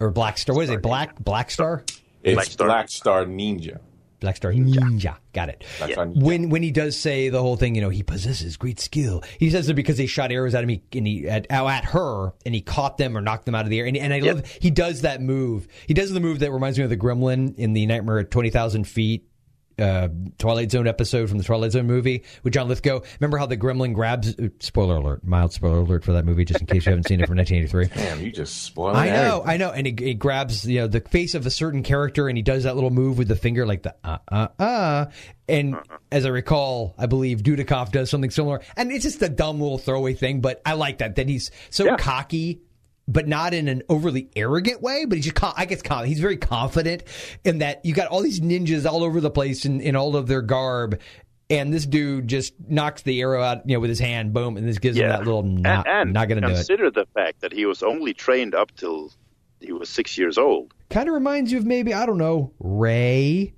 or Black Star. What is it? Black Black Star.
It's Black Star, Ninja.
Black Star Ninja. Got it.
Black Star Ninja.
When when he does say the whole thing, you know, he possesses great skill. He says it because they shot arrows at him he- and he at, oh, at her and he caught them or knocked them out of the air. And, and I love he does that move. He does the move that reminds me of the Gremlin in the Nightmare at Twenty Thousand Feet. Uh, Twilight Zone episode from the Twilight Zone movie with John Lithgow. Remember how the gremlin grabs? uh, Spoiler alert, mild spoiler alert for that movie, just in case you haven't seen it from 1983.
Damn, you just spoiled.
I know, I know. And he, he grabs you know the face of a certain character, and he does that little move with the finger, like the uh uh uh. And as I recall, I believe Dudikoff does something similar, and it's just a dumb little throwaway thing. But I like that that he's so cocky, but not in an overly arrogant way. But he's just co- I guess co- he's very confident in that you got all these ninjas all over the place in, in all of their garb. And this dude just knocks the arrow out, you know, with his hand, boom, and this gives him that little not,
and
not going to do it.
consider the fact that he was only trained up till he was six years old.
Kind of reminds you of maybe I don't know Ray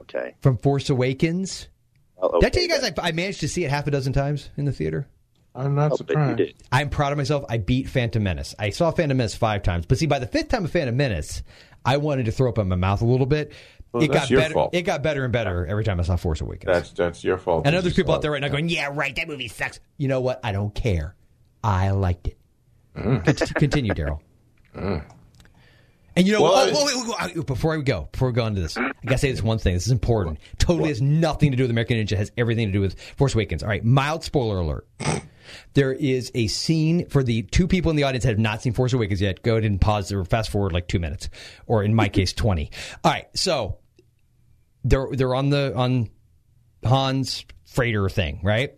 Okay.
from Force Awakens.
Well,
Did I tell
okay
you guys I, I managed to see it half a dozen times in the theater?
I'm not
Oh,
I'll bet you
surprised.
did.
I'm proud of myself. I beat Phantom Menace. I saw Phantom Menace five times, but see, by the fifth time of Phantom Menace, I wanted to throw up in my mouth a little bit.
Well,
it
that's
got
your
better.
fault.
It got better and better every time I saw Force Awakens.
That's that's your fault.
and
You
other
just
people
saw
out there
it.
right now going, "Yeah, right. That movie sucks." You know what? I don't care. I liked it.
Mm.
Cont- Continue, Daryl. And you know,
Well,
what?
I-
oh, wait, wait, wait, wait, before we go, before we go into this, I gotta say this one thing. This is important. Totally has nothing to do with American Ninja. Has everything to do with Force Awakens. All right, mild spoiler alert. There is a scene for the two people in the audience that have not seen Force Awakens yet. Go ahead and pause or fast forward like two minutes, or in my case, twenty. All right, so they're they're on the on Han's freighter thing, right?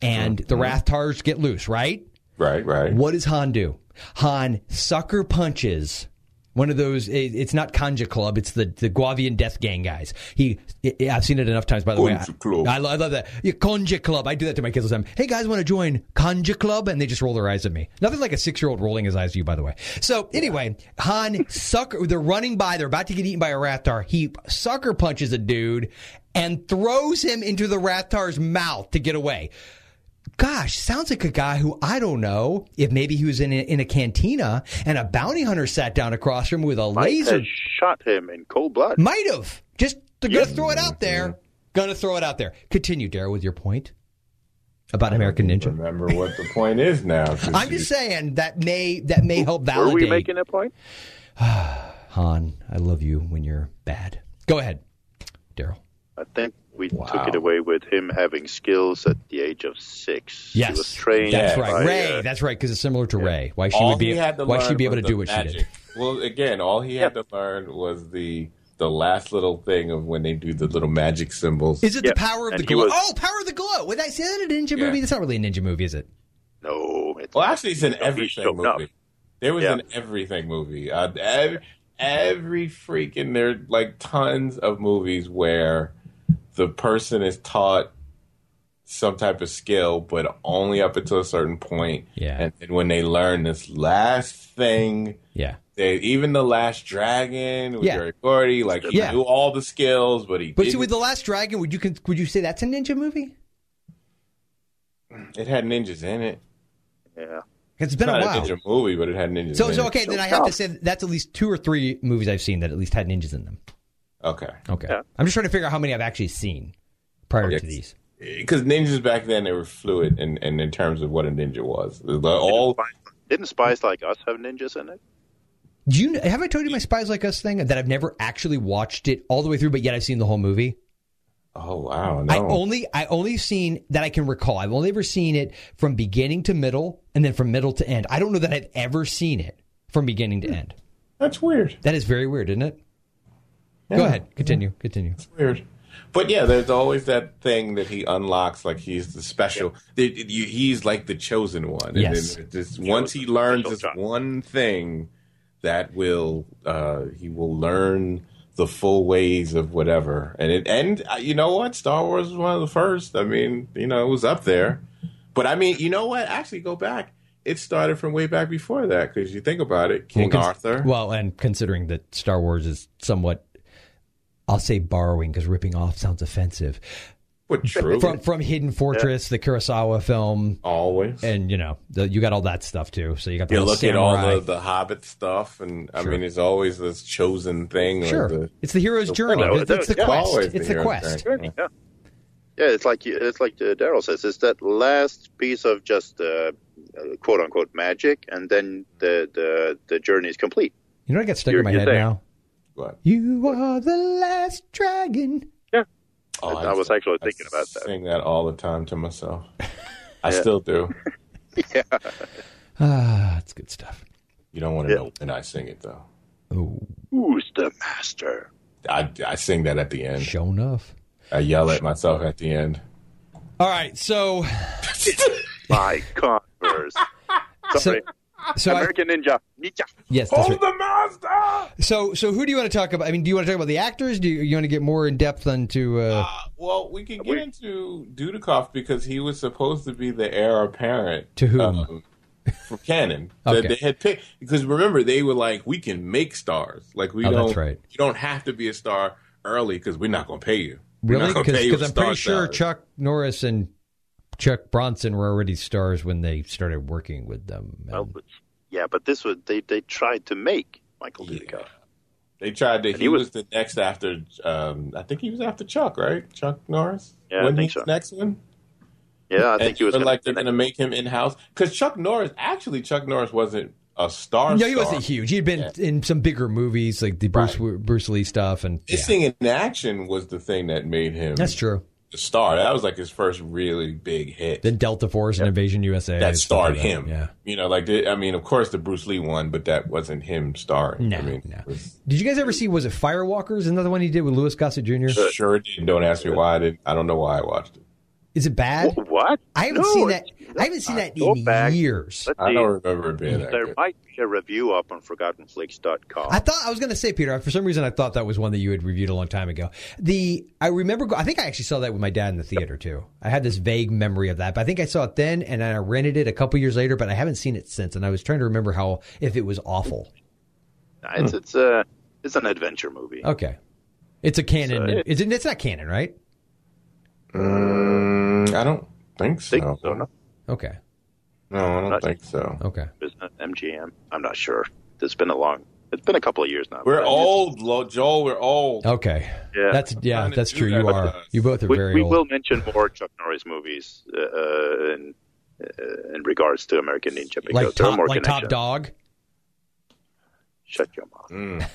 And the
Uh-huh.
Rathtars get loose, right?
Right, right.
What does Han do? Han sucker punches one of those. it- It's not Kanja Club. It's the the Guavian Death Gang guys. He, I- I've seen it enough times. By the way,
Kanja Club.
I, I, lo- I love that. Yeah, Kanja Club. I do that to my kids all the time. Hey guys, want to join Kanja Club? And they just roll their eyes at me. Nothing like a six year old rolling his eyes at you. By the way. So anyway, Han sucker. They're running by. They're about to get eaten by a Raptor. He sucker punches a dude and throws him into the Raptor's mouth to get away gosh, sounds like a guy who I don't know if maybe he was in a, in a cantina and a bounty hunter sat down across from him with a laser.
Has shot him in cold blood.
Might have just they're gonna throw it out
Mm-hmm.
there. Gonna throw it out there. Continue, Daryl, with your point about American Ninja.
Remember what the point is now. 'cause
I'm
you-
just saying that may that may help
Were
validate
we making a point?
Han. I love you when you're bad. Go ahead, Daryl.
I think we
Wow.
took it away with him having skills at the age of six.
Yes,
He was trained.
That's
by,
right, Ray.
uh,
that's right, because it's similar to Ray. Why she
all
would be
he had to
why
learn
she'd be able
was
to
the
do what she did.
magic. Well, again, all he had to learn was the the last little thing of when they do the little magic symbols.
Is it
Yeah,
the power of
and
the
he
glow?
was-
oh, power of the glow. Would I say that a ninja
Yeah.
movie? That's not really a ninja movie, is it?
no. It's
well,
not.
actually, it's in
He
everything
showed up.
movie. There was
Yeah.
an everything movie. Uh, every, every freaking there, are, like tons of movies where the person is taught some type of skill, but only up until a certain point.
Yeah.
and, and when they learn this last thing.
Yeah.
They, even the Last Dragon with
Yeah.
Jerry Gordy, like he
Yeah.
knew all the skills, but he
But see,
didn't.
with the Last Dragon, would you con- would you say that's a ninja movie?
it had ninjas in it.
Yeah.
It's been a
Not a
while.
ninja movie, but it had ninjas.
so
in
so
it.
okay, then I have to say that that's at least two or three movies I've seen that at least had ninjas in them.
okay,
Okay,
Yeah.
I'm just trying to figure out how many I've actually seen prior
Yeah.
to these.
because ninjas back then they were fluid in, in, in terms of what a ninja was. The- all
Didn't spies like us have ninjas in it?
Do you have I told you my Spies Like Us thing that I've never actually watched it all the way through, but yet I've seen the whole movie.
oh wow,
I
no.
only I only seen that I can recall. I've only ever seen it from beginning to middle, and then from middle to end. I don't know that I've ever seen it from beginning to end.
that's weird.
That is very weird, isn't it? Go
Yeah.
ahead, continue, continue.
It's weird. But yeah, there's always that thing that he unlocks, like he's the special. the- you- He's like the chosen one. And
Yes.
then this- once he learns this
Special child.
one thing, that will uh, he will learn the full ways of whatever. And it and uh, you know what, Star Wars was one of the first. I mean, you know, it was up there. But I mean, you know what? Actually, go back. it started from way back before that because you think about it,
Well,
King
cons-
Arthur.
Well, and considering that Star Wars is somewhat, I'll say borrowing because ripping off sounds offensive.
But true.
From from Hidden Fortress, the Kurosawa film,
always,
and you know the, you got all that stuff too. So you got the
you
whole
look at
samurai.
all the, the Hobbit stuff, and I mean, it's always this chosen thing. or
sure,
the- Oh,
it's the hero's journey.
Well,
It's, it's the
yeah,
quest.
always the
It's the
hero's
quest.
journey.
Yeah. Yeah, it's like you- it's like uh, Daryl says. It's that last piece of just uh, uh, quote unquote magic, and then the the, the journey is complete.
You know what I got stuck in
You're-
my
you're
head
there.
now?
But
You are the last dragon.
oh,
I was actually thinking about that.
Sing that all the time to myself. I still do.
Ah, it's good stuff. Oh,
You don't want to know when I sing it though.
Who's the master?
I, I sing that at the end.
Show enough.
I yell at myself at the end.
All right, so
My Converse.
so
Sorry,
so I,
American Ninja. Ninja.
yes, that's right.
the master.
So, so who do you want to talk about? I mean, do you want to talk about the actors? Do you, you want to get more in depth into? Uh,
Well, we could get into Dudikoff because he was supposed to be the heir apparent
To whom?
from canon
Okay.
that they had picked. Because remember, they were like, "We can make stars. Like we
Oh,
don't.
that's right.
You don't have to be a star early because we're not going to pay you. We're
really?
not gonna pay you
Because
a
I'm
star
pretty sure
salary.
Chuck Norris and Chuck Bronson were already stars when they started working with them. And-
Well, but- yeah, but this was they they tried to make Michael
Yeah.
Dudikoff.
They tried to. He,
he
was,
was-
the next after. Um, I think he was after Chuck, right? Chuck Norris.
Yeah, I
Wasn't
think
he
so.
the next one.
Yeah, I
And
think he was
they're
gonna-
like they're going to make him in house because Chuck Norris actually Chuck Norris wasn't a star.
no, he
star.
wasn't huge. He'd been in some bigger movies like the Bruce Bruce Lee stuff, and yeah.
This thing in action was the thing that made him
that's true.
a star. That was like his first really big hit
Then Delta Force and Invasion USA
that
stuff like
starred
that.
him.
Yeah.
You know, like the, I mean, of course the Bruce Lee one, but that wasn't him starring.
No,
I mean,
no.
it was-
Did you guys ever see? Was it Firewalkers? Another one he did with Louis Gossett Jr.
sure did. Don't ask me why I did. I don't know why I watched it.
Is it bad?
Wh- What?
I haven't
No,
seen that.
it's-
I haven't seen that
Go
in
back.
years.
Let's
I
see.
don't remember it being that
There
good.
might be a review up on ForgottenFlicks.com.
I thought I was going to say, Peter. For some reason, I thought that was one that you had reviewed a long time ago. The I remember. go- I think I actually saw that with my dad in the theater too. I had this vague memory of that, but I think I saw it then, and I rented it a couple years later. But I haven't seen it since, and I was trying to remember how if it was awful. Hmm.
It's it's a it's an adventure movie.
Okay, it's a canon.
So it-
is it, it's not canon, right?
Mm, I don't think so.
Think so, no?
Okay,
No, I don't
Not-
think so.
okay.
Isn't it MGM? I'm not sure. It's been a long. It's been a couple of years now.
We're
But-
old, Lo- Joel. We're old.
Okay,
Yeah.
that's yeah,
Trying to
that's
do
true.
that
You
with
are
us.
you both are
We,
very
we
old.
will mention more Chuck Norris movies uh, uh, in uh, in regards to American Ninja because
like
there are
top,
more
like top
connections.
dog.
Shut your mouth.
Mm-hmm.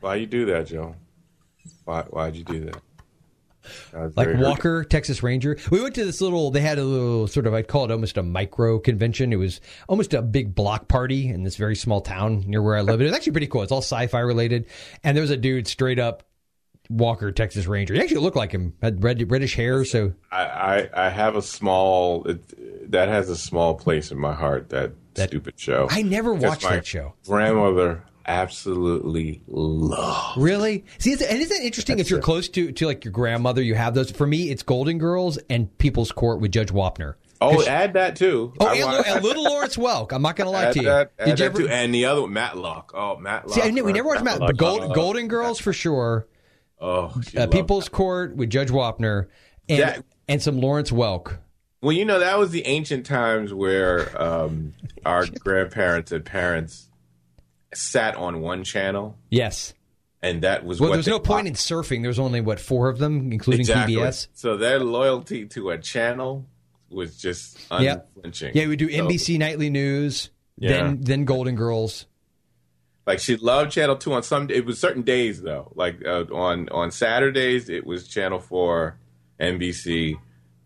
Why you do that, Joe? Why Why'd you do that? That was
like
very hurtful.
Walker, Texas Ranger. We went to this little. They had a little sort of. I'd call it almost a micro convention. It was almost a big block party in this very small town near where I live. It was actually pretty cool. It's all sci-fi related, and there was a dude straight up Walker, Texas Ranger. He actually looked like him. Had red, reddish hair. So
I, I, I have a small it, that has a small place in my heart. That, stupid show.
I never
Because
watched
my
that show.
Grandmother absolutely loved.
Really? See, it's, and isn't it interesting if you're close to to like your grandmother, you have those. For me, it's Golden Girls and People's Court with Judge Wapner.
Oh, add that too.
Oh,
I
and,
want-
Lu- and Little Lawrence Welk. I'm not going to lie
add
to you.
that, add
Did you
that
ever?
too. And the other one, Matlock. Oh, Matlock.
See, I, knew- we never watched Matt, but Gold,
Matlock.
Golden Girls for sure.
Oh, she
uh,
loved
People's Court with Judge Wapner and
That-
and some Lawrence Welk.
Well, you know, that was the ancient times where um, our grandparents and parents sat on one channel,
Yes.
and that was
Well,
what
there's
they
no point in
watched.
surfing. There's only what four of them, including PBS.
So their loyalty to a channel was just
Yeah.
unflinching.
Yeah, we do
So,
NBC Nightly News,
Yeah.
then then Golden Girls.
Like she loved Channel Two on some. It was certain days though. Like uh, on on Saturdays, it was Channel Four, NBC,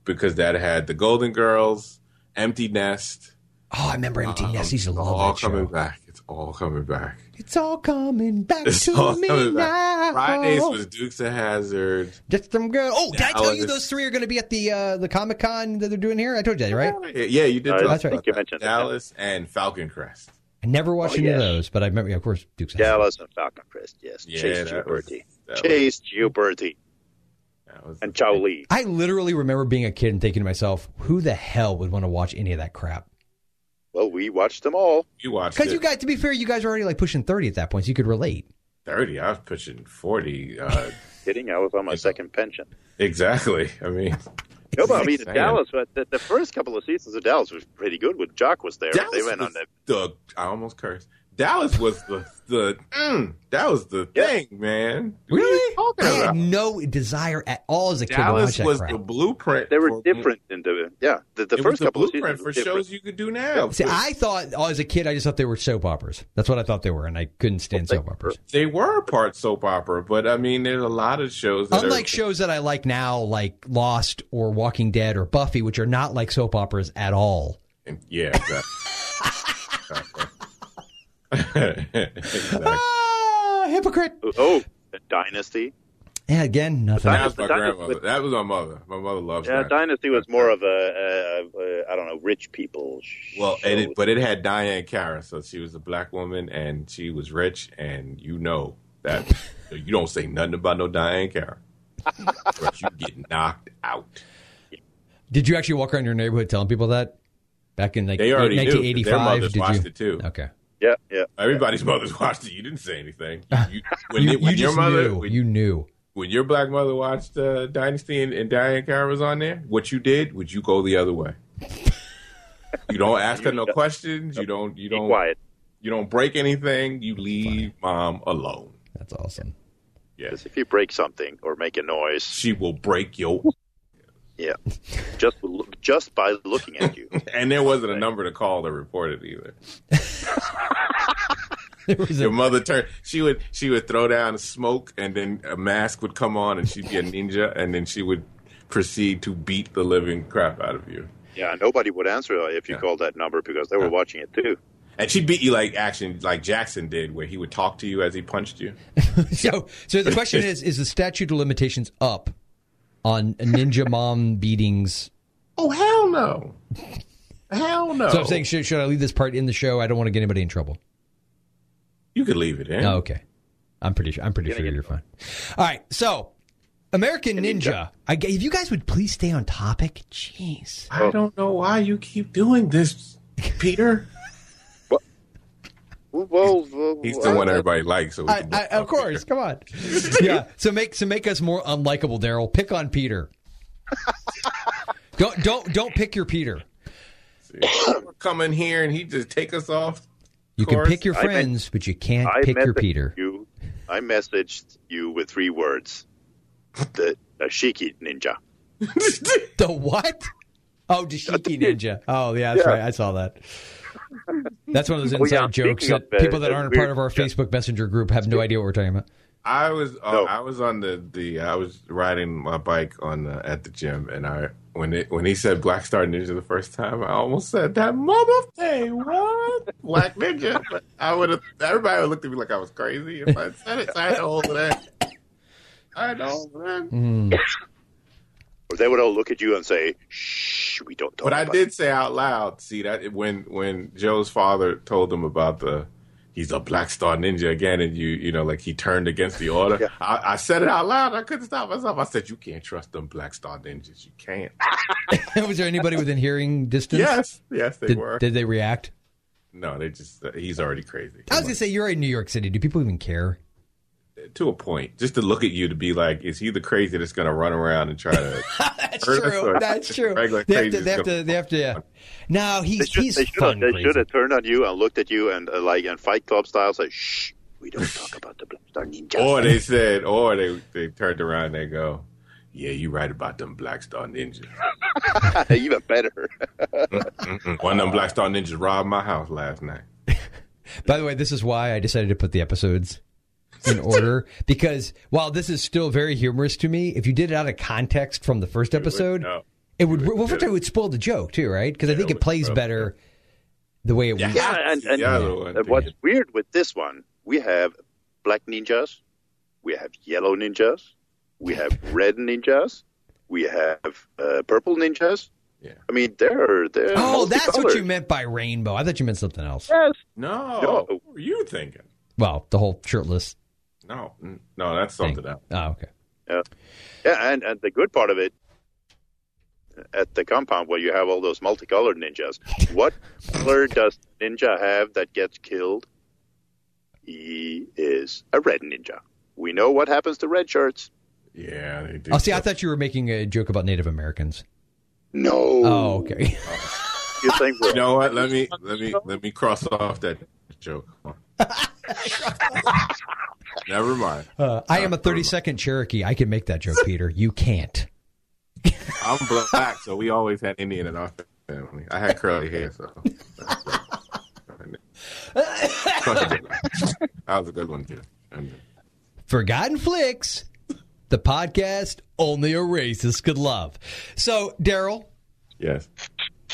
because that had the Golden Girls, Empty Nest.
Oh, I remember Empty Nest. He's
It's all
love that
coming
show.
back. It's all coming back.
It's all coming back
It's
to
all
me
coming
now. Oh,
back. Fridays was Dukes of Hazard.
just some girl. Oh, did I
Yeah,
tell
I
you
was-
those three are going to be at the uh, the Comic Con that they're doing here? I told you that, right?
Yeah, you did.
Uh,
talk
that's
right.
about
You
that.
mentioned it, yeah.
Dallas and Falcon Crest.
I never watched
Oh,
any of
yes.
those, but I remember, yeah, of course, Duke's.
Dallas and Falcon Crest. Yes,
Yeah,
Chase
that was-
Gilberti,
that was-
Chase Gilberti,
That was
and Chow Lee.
I literally remember being a kid and thinking to myself, who the hell would want to watch any of that crap?
Well, we watched them all.
You watched
Because
it.
you guys, to be fair, you guys are already like pushing thirty at that point, so you could relate.
30. I was pushing 40. Uh,
Kidding, I was on my second pension.
exactly. I mean,
No, but I mean,
Exciting.
Dallas, but the, the first couple of seasons of Dallas was pretty good when Jock was there.
Dallas
they went
was
on that.
the. I almost cursed. Dallas was the the. Mm, that was the
Yeah.
thing, man.
Really?
What are
I
you talking
had
about?
no desire at all as a kid
Dallas
to watch
was
that crap.
the blueprint.
They were
for-
different in the yeah. The, the
it
first
was the
couple of
blueprint
seasons
for
were different.
shows you could do now.
See, I thought oh, as a kid, I just thought they were soap operas. That's what I thought they were, and I couldn't stand soap operas.
they were part soap opera, but I mean, there's a lot of shows. That
Unlike
are,
shows that I like now, like Lost or Walking Dead or Buffy, which are not like soap operas at all.
yeah, exactly. Exactly. Exactly.
Ah, hypocrite.
Oh, Dynasty.
Yeah, again, nothing.
That was my
That was-
grandmother. That was my mother. My mother loves
Yeah,
that.
Dynasty was more of a, a, a, a I don't know, rich people. Show.
Well, and it, but it had Diane Cara, so she was a black woman and she was rich, and you know that you don't say nothing about no Diane Cara, but you get knocked out.
Did you actually walk around your neighborhood telling people that back in like
They already knew, 'cause their
1985?
mothers
Did
watched
you?
it, too.
Okay.
yeah, yeah.
Everybody's mother's watched it. You didn't say anything. You, when
You,
it- when
you
your
just
mother,
knew.
when,
you knew.
when your black mother watched uh, Dynasty and, and Diane Cara was on there, what you did was you go the other way. You don't ask her no questions. You don't. You
Be
don't.
quiet.
You don't break anything. You leave mom alone.
That's awesome.
Yes.
Because if you break something or make a noise,
She will break your
yeah, just just by looking at you.
And there wasn't a number to call to report it either.
There was
Your
a,
mother turned. She would she would throw down smoke, and then a mask would come on, and she'd be a ninja, and then she would proceed to beat the living crap out of you.
Yeah, nobody would answer if you
Yeah.
called that number because they were watching it too.
And she beat you like action, like Jackson did, where he would talk to you as he punched you.
so, so the question is: Is the statute of limitations up on ninja mom beatings?
Oh hell no, hell no.
So I'm saying, should, should I leave this part in the show? I don't want to get anybody in trouble.
you could leave it in.
Oh, okay. I'm pretty sure. I'm pretty sure you're fine. All right. So, American Ninja. I, g- if you guys would please stay on topic. Jeez.
I don't know why you keep doing this, Peter.
Well, well, well,
He's the one everybody likes. So we
I,
can-
I, of course. Come on. Yeah. So make so make us more unlikable, Daryl. Pick on Peter. don't don't don't pick your Peter.
come in here and he just take us off.
You can
course.
pick your
I meant-
friends, but you can't
I
pick your
messaged
Peter.
You, I messaged you with three words: the Ashiki Ninja.
The what? Oh, Dashiki Ninja. Oh, yeah, that's right. I saw that. That's one of those
Oh,
inside
yeah, speaking
jokes that
of, uh,
people that
uh,
aren't a
weird-
part of our Facebook Messenger group have no idea what we're talking about.
I was uh,
No.
I was on the, the I was riding my bike on the, at the gym and I when it when he said Black Star Ninja the first time I almost said that mother thing what Black Ninja but I would have everybody would looked at me like I was crazy if I said it so I had to hold it in. I had to hold it in.
Or they would all look at you and say, "Shh, we don't talk."
But I
about
did say out loud. See that when when Joe's father told him about the he's a black star ninja again, and you you know like he turned against the order. I, I said it out loud. I couldn't stop myself. I said, "You can't trust them black star ninjas. You can't."
Was there anybody within hearing distance?
yes, yes, they
Did,
were.
did they react?
no, they just uh, he's already crazy.
I was going to say, you're in New York City. Do people even care?
to a point, just to look at you to be like, is he the crazy that's going to run around and try to?
That's
Or that's
true.
what-
That's true.
regular
They have to.
crazies
They have
go-
to. They have to yeah. No,
They
he's
should,
he's
they should
fun.
have, they
crazy.
should have turned on you and looked at you and uh, like and Fight Club style say, "Shh, we don't talk about the Black Star Ninja."
or they said, or they they turned around and they go, "Yeah, you right about them black star ninjas."
Even better.
One of them Black Star Ninjas robbed my house last night.
By the way, this is why I decided to put the episodes in order because while this is still very humorous to me, if you did it out of context from the first episode,
know.
it would well,
get
first
it.
it would spoil the joke too, right? Because I think
it
it
would
plays
spoil-
better the way it.
Yeah, and, and,
Yeah, the one
and what's
thing.
weird with this one, we have black ninjas, we have yellow ninjas, we have red ninjas, we have uh, purple ninjas.
Yeah.
I mean, they're they're
Oh, that's what you
multicolored.
meant by rainbow. I thought you meant something else.
Yes.
No,
No.
what were you thinking?
Well, the whole shirtless
No, mm, no, that's
thing.
something else.
Oh, okay.
Yeah, and, and the good part of it, at the compound where you have all those multicolored ninjas. What color does ninja have that gets killed? He is a red ninja. We know what happens to red shirts.
Yeah, they do.
Oh, see, I thought you were making a joke about Native Americans.
No.
Oh, okay.
You think
You know what? Let me let me let me cross off that joke. Never mind.
Uh, I am a 32nd Cherokee. I can make that joke, Peter. You can't.
I'm black, so we always had Indian in our family. I had curly hair, so. that was a good one too.
Forgotten Flicks, the podcast only a racist could love. So, Daryl,
Yes.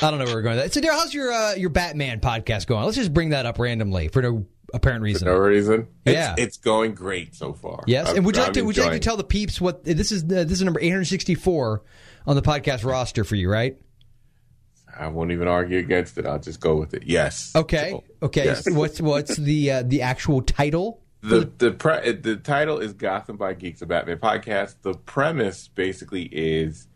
I don't know where we're going. With that. So, Daryl, how's your uh, your Batman podcast going? Let's just bring that up randomly for no apparent reason.
No reason. It's,
Yeah.
it's going great so far.
Yes,
I'm-
and would you
I'm
like to would you like to
enjoying
tell the peeps what this is? Uh, this is number 864 on the podcast roster for you, right?
it. I won't even argue against it. I'll just go with it. Yes.
Okay, okay.
Yes.
What's what's the uh, the actual title?
the the pre- the title is Gotham by Geeks, a Batman podcast. The premise basically is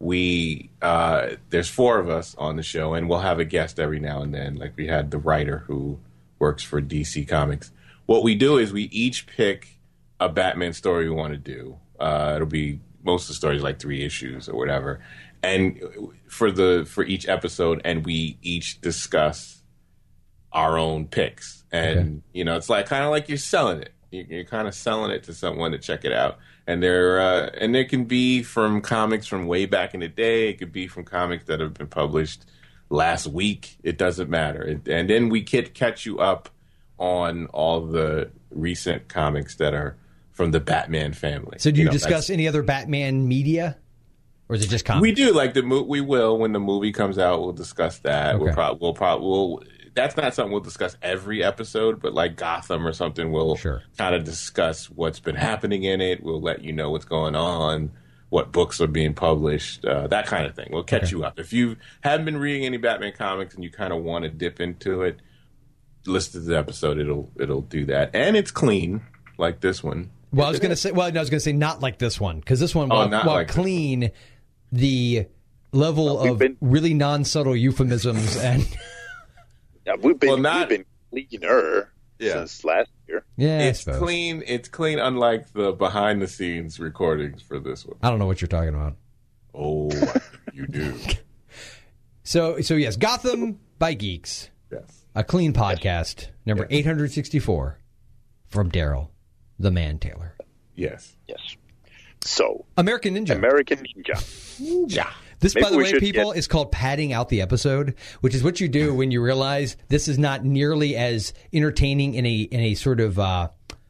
we uh, there's four of us on the show, and we'll have a guest every now and then. Like we had the writer who works for DC Comics. What we do is we each pick a Batman story we want to do. Uh, it'll be most of the stories like three issues or whatever, and for the for each episode, and we each discuss our own picks. And you know, it's like kind of like you're selling it. You- You're kind of selling it to someone to check it out. And there, uh, and there can be from comics from way back in the day. It could be from comics that have been published last week. It doesn't matter. It, and then we can catch you up on all the recent comics that are from the Batman family.
So, do you,
know, that's-
discuss any other Batman media, or is it just comics?
we do like the mo- we will when the movie comes out. We'll discuss that. We'll
Okay.
probably we'll probably we'll, that's not something we'll discuss every episode, but like Gotham or something, we'll
Sure.
kind of discuss what's been happening in it. We'll let you know what's going on, what books are being published, uh, that kind of thing. We'll catch you up if you haven't been reading any Batman comics and you kind of want to dip into it. Listen to the episode; it'll it'll do that, and it's clean like this one.
Well, I was gonna say. Well, no, I was gonna say not like this one because this one,
Oh,
while,
not
while
like this
clean, the level
we've
of
been-
really non-subtle euphemisms and
Yeah, we've been
Well, not-
we've been cleaner
Yeah.
since last year.
yeah,
it's
I, suppose.
clean. It's clean, unlike the behind the scenes recordings for this one.
I don't know what you're talking about.
Oh, you do.
So, so yes, Gotham by Geeks,
Yes.
a clean podcast, number 864 from Daryl, the Man Taylor,
Yes.
Yes. So
American Ninja.
American Ninja.
This, by
Maybe
the
we
way,
should
people,
get-
is called padding out the episode, which is what you do when you realize this is not nearly as entertaining in a in a sort of uh,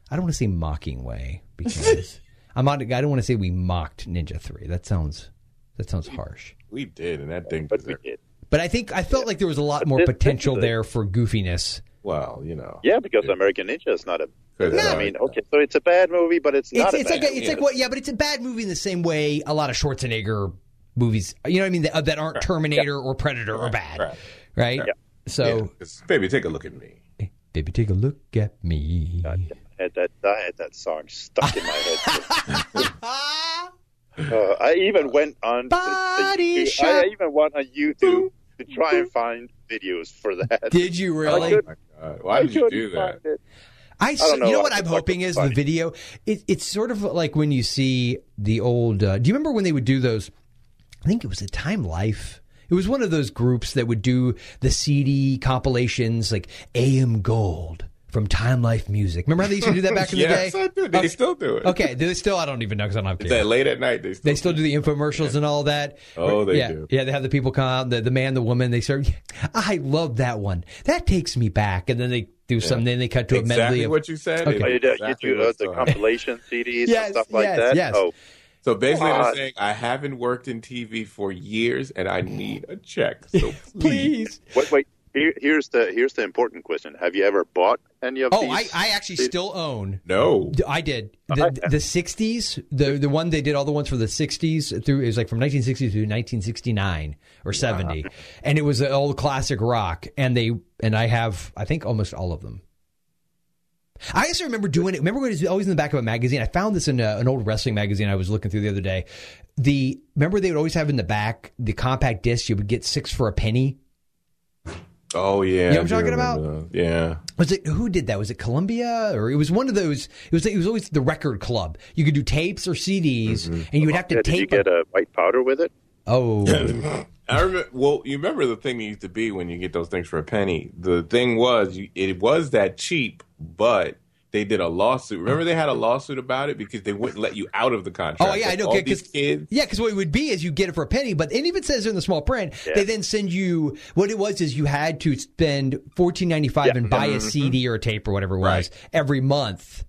I don't want to say mocking way because I'm not, I don't want to say we mocked Ninja Three. That sounds that sounds harsh.
We did, and that thing
But we
deserved.
did.
But I think I felt like there was a lot more
this- this
potential
is a-
there for goofiness.
Well, you know.
Yeah, because American Ninja is not a.
'Cause,
I
uh,
mean, okay, so it's a bad movie, but it's not
It's,
a
it's
bad
like a, it's like what yeah, but it's a bad movie in the same way a lot of Schwarzenegger movies. You know what I mean? That, that aren't Terminator or Predator or bad, right?
right.
So.
Yeah, 'cause, baby, take a look at me.
Baby, take a look at me.
I had that I had that song stuck in my head. Uh, I even went on the- the
Body
YouTube-
shop.
I even went on YouTube to try and find videos for that.
Did you really?
could-
Oh my God. Why did you
couldn't
do that?
find it.
I, s-
don't know.
you know
I
what
could
I'm
talk
hoping
to
is the
somebody.
video. It, it's sort of like when you see the old. Uh, do you remember when they would do those? I think it was the Time Life. It was one of those groups that would do the CD compilations, like AM Gold from Time Life Music. Remember how they used to do that back in
yes,
the day?
I do. They
Okay.
still do it.
Okay, do they still. I don't even know because I don't have cable.
That late at night, they still,
They still do the infomercials and all that.
Oh, they
yeah.
do.
Yeah, they have the people come out, the, the man, the woman. They start. I love that one. That takes me back, and then they do something. Then they cut to a medley
exactly
of
what you said.
Okay.
They
I
do
did uh,
exactly
get you uh,
what's
the
going on.
compilation CDs
Yes,
and stuff like
yes,
that.
yes.
Oh,
So basically,
God.
I'm saying I haven't worked in TV for years, and I need a check. So please.
please.
wait, wait. Here, here's the here's the important question. Have you ever bought any of
Oh, I,
these?
I actually still own.
No.
I did the, the '60s. The the one they did all the ones for the '60s through it was like from 1960 to 1969 or '70, and it was all classic rock. And they and I have I think almost all of them. I actually remember doing it. Remember when it was always in the back of a magazine? I found this in a, an old wrestling magazine I was looking through the other day. The remember they would always have in the back the compact disc. You would get six for a penny.
Oh yeah,
You know what I'm
I do
talking about?
remember those. Yeah,
Was it who did that? Was it Columbia or it was one of those? It was it was always the record club. You could do tapes or CDs,
Mm-hmm.
and you would have to
Yeah, did you
tape.
get a white powder with it?
oh,
I remember. Well, you remember the thing that used to be when you get those things for a penny. The thing was, you, it was that cheap, but they did a lawsuit. Remember, they had a lawsuit about it because they wouldn't let you out of the contract.
Oh yeah, I know.
All
Because
these kids.
yeah, because what it would be is you get it for a penny, but it even says in the small print they then send you what it was is you had to spend fourteen ninety five and buy a CD or a tape or whatever it was
Mm-hmm. Right.
every month.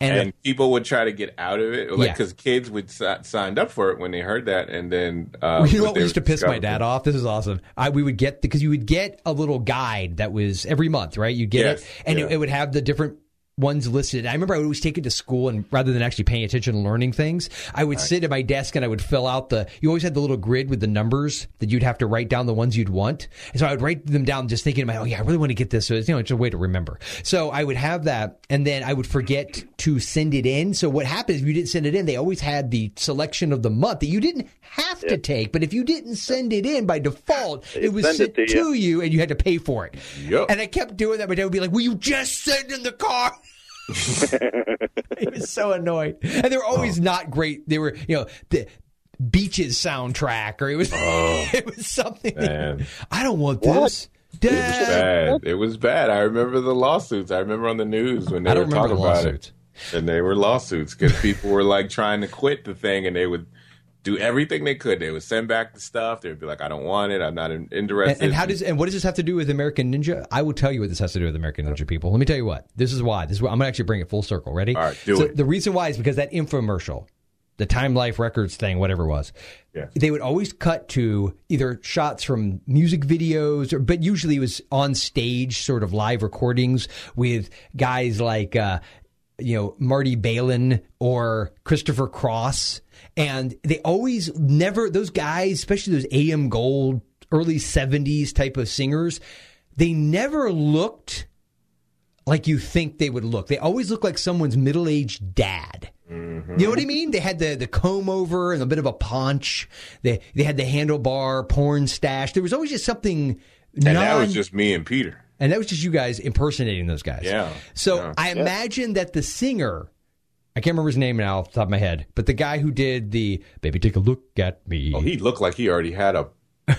And,
and people would try to get out of it, like
Yeah.
because kids would si- signed up for it when they heard that, and then uh,
you know what
they
we used to piss my
discovered-
dad off? This is awesome. I we would get because you would get a little guide that was every month, right? You get
Yes,
it, and it,
yeah.
it would have the different ones listed. I remember I would always take it to school, and rather than actually paying attention and learning things, I would sit at my desk and I would fill out the. You always had the little grid with the numbers that you'd have to write down the ones you'd want, and so I would write them down, just thinking about, oh yeah, I really want to get this. So it's you know it's a way to remember. So I would have that, and then I would forget to send it in. So what happens if you didn't send it in? They always had the selection of the month that you didn't have to take, but if you didn't send it in by default, it was
send
sent
it
to
to you.
you. and you had to pay for it.
Yep.
And I kept doing that. My dad would be like, "Will you just send in the car?" he was so annoyed, and they were
Oh.
always not great. They were, you know, the Beaches soundtrack, or it was, it was something. that-
Oh. Man.
I don't want
What?
this, Dad.
Bad. It was bad. I remember the lawsuits. I remember on the news when they
I don't
were
remember
talking
the
about
lawsuits.
it, and they were lawsuits because people were like trying to quit the thing, and they would do everything they could. They would send back the stuff. They would be like, "I don't want it. I'm not in-
And,
interested."
and how does and what does this have to do with American Ninja? I will tell you what this has to do with American Ninja people. Let me tell you what. This is why. This is why I'm gonna actually bring it full circle. Ready?
All right, do
so
it.
The reason why is because that infomercial, the Time Life Records thing, whatever it was,
Yeah.
they would always cut to either shots from music videos, or, but usually it was on stage, sort of live recordings with guys like. Uh, you know, Marty Balin or Christopher Cross. And they always never, those guys, especially those AM Gold, early 70s type of singers, they never looked like you think they would look. They always look like someone's middle aged dad. You know what I mean? They had the, the comb over and a bit of a paunch. They they had the handlebar porn stash. There was always just something.
and that was just me and Peter.
And that was just you guys impersonating those guys.
Yeah,
So
yeah.
I imagine that the singer, I can't remember his name now off the top of my head, but the guy who did the "Baby, take a look at me,"
Oh, he looked like he already had a a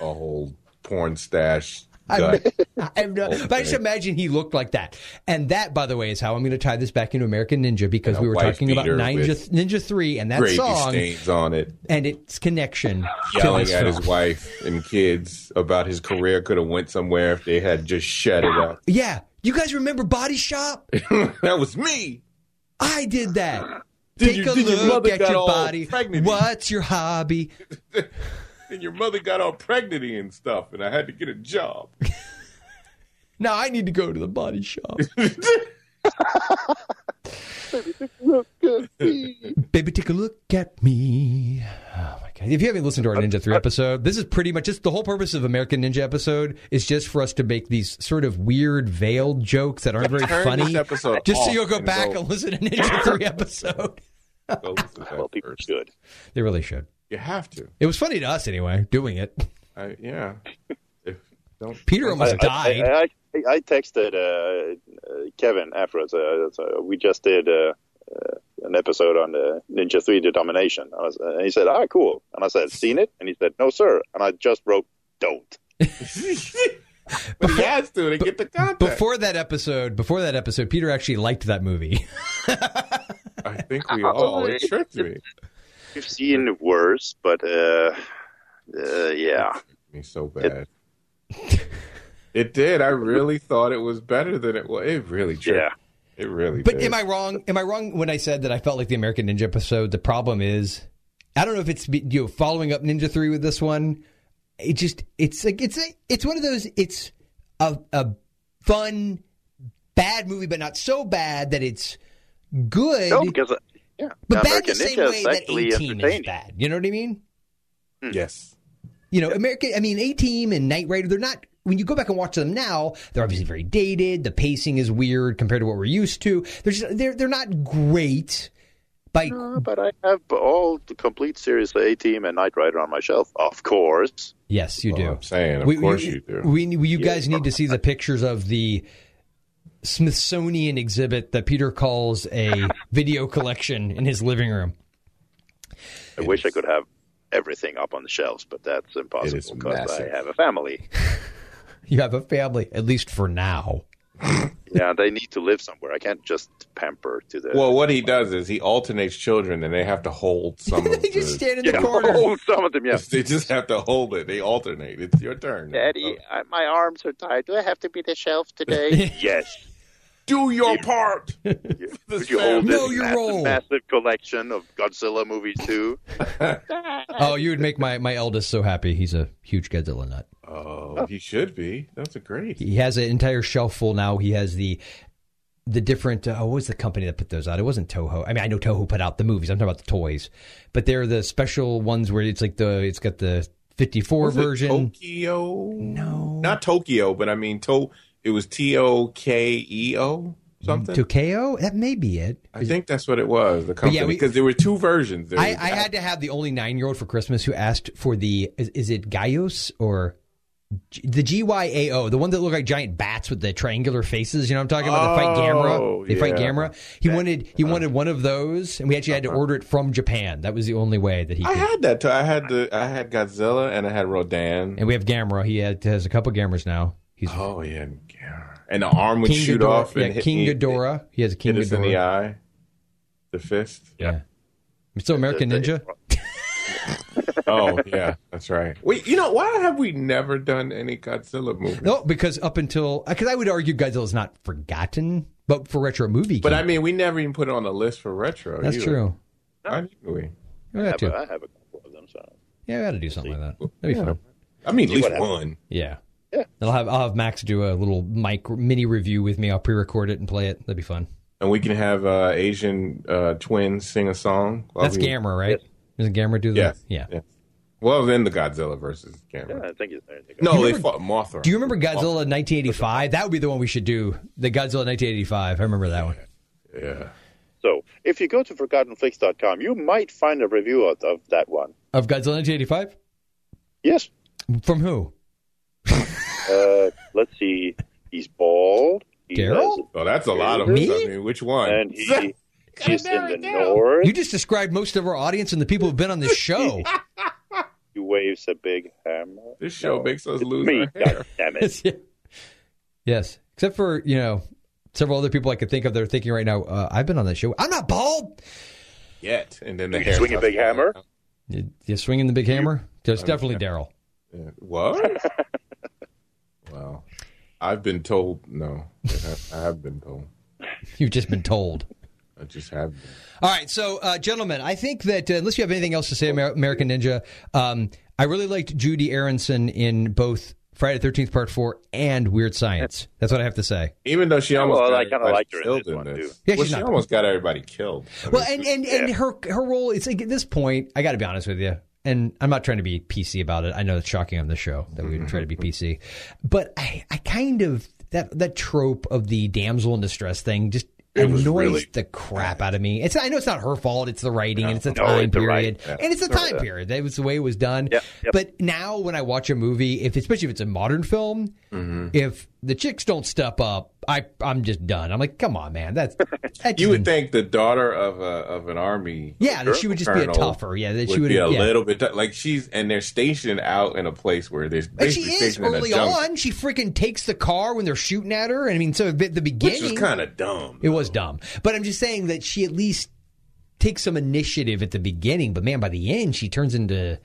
whole porn stash.
I,
Gut.
I'm not, uh, but I just imagine he looked like that. And that, by the way, is how I'm going to tie this back into American Ninja because
And a
we were
wife
talking about
beater
Ninja
with
Ninja Three and that
Gravy
song
stains on it.
and its connection to
yelling
this
at
film.
his wife and kids about his career could have went somewhere if they had just shut it up.
Yeah, you guys remember Body Shop?
that was me.
I did that.
Did
Take
you-
a
did your
look
mother
at
got
your
all
body.
pregnant?
What's your hobby?
And your mother got all pregnant and stuff, and I had to get a job.
Now I need to go to the body shop. Baby, take a look at me. Oh my god! If you haven't listened to our Ninja Three episode, this is pretty much just the whole purpose of American Ninja episode is just for us to make these sort of weird veiled jokes that aren't very
Turn
funny.
this episode
Just so
off
you'll go
and
back
go-
and listen to Ninja Three episode.
Go listen to that
Well, people
first.
should.
They really should.
You have to.
It was funny to us anyway, doing it.
I, yeah. If, don't,
Peter almost died.
I, I, I texted uh, uh, Kevin afterwards. Uh, so we just did uh, uh, an episode on the Ninja 3 the Domination. I was, uh, and he said, ah, cool. And I said, seen it? And he said, no, sir. And I just wrote, don't.
but he has to to get the contact.
Before that episode, before that episode, Peter actually liked that movie.
I think we all. It tricked me.
We've seen worse, but uh, uh, yeah.
me so bad. It did. I really thought it was better than it was. It really tricked.
Yeah.
It really
But
did.
am I wrong? Am I wrong when I said that I felt like the American Ninja episode? The problem is, I don't know if it's be- you know, following up Ninja Three with this one. It just it's like it's a, it's one of those. It's a a fun bad movie, but not so bad that it's good.
No, because, uh, yeah.
but bad
American
the same
Ninja
way
is
that
actually
eighteen is
entertaining.
bad. You know what I mean?
yes.
You know, American. I mean, A Team and Knight Rider. They're not when you go back and watch them now, they're obviously very dated. The pacing is weird compared to what we're used to. They're just, they're they're not great. By
No, but I have all the complete series of A Team and Knight Rider on my shelf, of course.
yes, you do.
I'm saying, of
we,
course
we,
you do.
We, we- you guys need to see the pictures of the Smithsonian exhibit that Peter calls a video collection in his living room.
I wish I could have everything up on the shelves, but that's impossible
is
because I
massive.
have a family.
You have a family, at least for now.
yeah, they need to live somewhere. I can't just pamper to the.
well, what he does is he alternates children, and they have to hold some. of
they just
the-
stand in
yeah,
the corner.
oh, some of them, yeah.
They just Oh. have to hold it. They alternate. It's your turn.
Daddy, I, my arms are tired. Do I have to be the shelf today? yes.
do your part.
Could you hold
Know
this
your
massive,
role.
massive collection of Godzilla movies too?
Oh, you would make my, my eldest so happy. He's a huge Godzilla nut.
Oh, he should be. That's a great.
He has an entire shelf full now. He has the the different. Uh, what was the company that put those out? It wasn't Toho. I mean, I know Toho put out the movies. I'm talking about the toys, but they're the special ones where it's like the it's got the 54
Was it
version.
Tokyo. No, not Tokyo, but I mean to. It was T O K E O something.
Tokyo? That may be it.
I think that's what it was. The company
yeah, we-
because there were two versions. There
I,
was
I had to have the only nine year old for Christmas who asked for the is, is it Gaios or G, the GYAO, the one that looked like giant bats with the triangular faces. You know what I'm talking about? They fight
Oh,
Gamera. They fight
yeah. uh-huh.
Gamera. He wanted he wanted one of those, and we actually had to order it from Japan. That was the only way that he.
I
could.
had that. Too. I had the. I had Godzilla and I had Rodan.
And we have Gamera. He had, has a couple Gamers now. He's
Oh yeah, yeah. and the arm would
King
shoot
Ghidorah.
off and
yeah,
hit
King
me-
Ghidorah. He has a King
hit us in the
Ghidorah.
eye, the fist.
Yeah. So American Ninja.
Oh yeah, that's right. Wait, you know why have we never done any Godzilla movie?
No, because up until because I would argue Godzilla's not forgotten, but for retro movie.
But
king.
I mean, we never even put it on the list for retro.
that's
either.
true.
Why didn't we?
We
I
got
have, a,
to.
I have a couple of them. So.
Yeah, we got to do something like that. That'd be fun.
I mean, at least
whatever.
one.
Yeah.
Yeah.
I'll have I'll have Max do a little mic mini review with me. I'll pre-record it and play it. That'd be fun.
And we can have uh, Asian uh, twins sing a song. while
That's
we-
Gamera, right? Doesn't Gamera do that?
Yes.
Yeah.
Yeah. Well, then the Godzilla versus Gamera.
Yeah, I think it's there. you go.
No, they
remember-
fought Mothra.
Do you remember Godzilla 1985? That would be the one we should do. The Godzilla 1985. I remember that one.
Yeah.
So if you go to ForgottenFlix.com, you might find a review of, of that one.
Of Godzilla 1985?
Yes.
From who?
Uh, let's see. He's bald. He
Daryl?
Well, that's a lot of
Me?
us. I mean, which
has-
one?
And he, he's in the north.
You just described most of our audience and the people who've been on this show.
He waves a big hammer.
this show
No,
makes us
it's
lose
me.
our hair.
God damn it.
Yes, yeah. Yes. Except for, you know, several other people I could think of that are thinking right now, uh, I've been on this show. I'm not bald.
Yet, and then the
You
hair
swing a
starts
big hammer?
falling
You, you swinging the big hammer? That's definitely Daryl.
out. Yeah. What? wow. I've been told no. I have been told.
You've just been told.
I just have. Been.
All right, so uh, gentlemen, I think that uh, unless you have anything else to say, Amer- American Ninja, um, I really liked Judy Aronson in both Friday the Thirteenth Part Four and Weird Science. That's what I have to say.
Even though she almost
Well,
got
I kinda
everybody
liked her in
killed
this one, too.
Yeah,
well,
she's
she
not-
almost got everybody killed. I mean,
Well, and and, and her her role it's like, at this point, I got to be honest with you, and I'm not trying to be PC about it. I know it's shocking on the show that we would try to be PC, but I I kind of that that trope of the damsel in distress thing just.
It was
annoys
really
the crap out of me. It's I know it's not her fault. It's the writing and it's the
No,
time
it's the
period
writing.
and it's the time period. That was the way it was done.
Yep, yep.
But now when I watch a movie, if especially if it's a modern film, if the chicks don't step up, I I'm just done. I'm like, come on, man. That's, that's
you would think the daughter of a of an army,
Mm-hmm. yeah, that she would just be a
colonel
tougher. Yeah, that
would
she would
be a
yeah.
little bit tough. like she's and they're stationed out in a place where there's
And she
basically
is
stationed in a
early
jungle,
on. She freaking takes the car when they're shooting at her. I mean, so at the
which
beginning,
is kind of dumb.
it was dumb. But I'm just saying that she at least takes some initiative at the beginning. But man, by the end, she turns into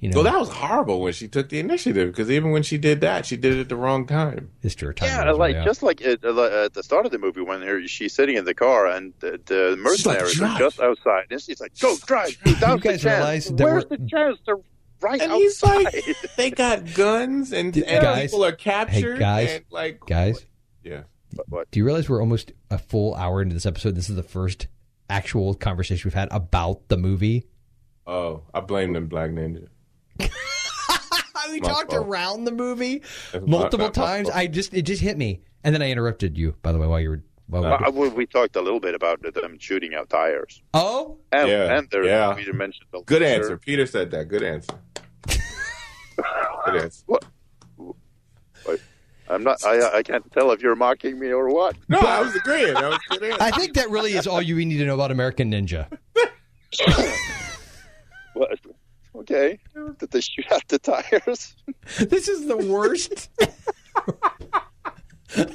you know
Well, that was horrible when she took the initiative because even when she did that, she did it at the wrong time.
Mister. Time
Yeah,
was
like
way out.
just like at, at the start of the movie when her, she's sitting in the car and the, the mercenaries
"Drive."
are just outside, and she's like, "Go drive, now's the
guys realize
chance.
that
Where's
we're-
the chance? They're right
And
outside."
he's like, they got guns and, and
Oh, Guys,
people are captured.
hey, guys,
and like
guys.
yeah.
But what?
Do you realize we're almost a full hour into this episode? This is the first actual conversation we've had about the movie.
Oh, I blame them, Black Ninja.
why we talked around the movie multiple times. I just it just hit me, and then I interrupted you. By the way, while you were. While we were-
Uh, we, we talked a little bit about them shooting out tires.
oh,
And,
Yeah,
and there,
yeah.
we mentioned the
Good
laser.
answer. Peter said that. Good answer. Good answer.
I'm not. I, I can't tell if you're mocking me or what.
No, I was agreeing. That was a good answer.
I think that really is all you need to know about American Ninja.
What? Okay. Did they shoot out the tires?
This is the worst
You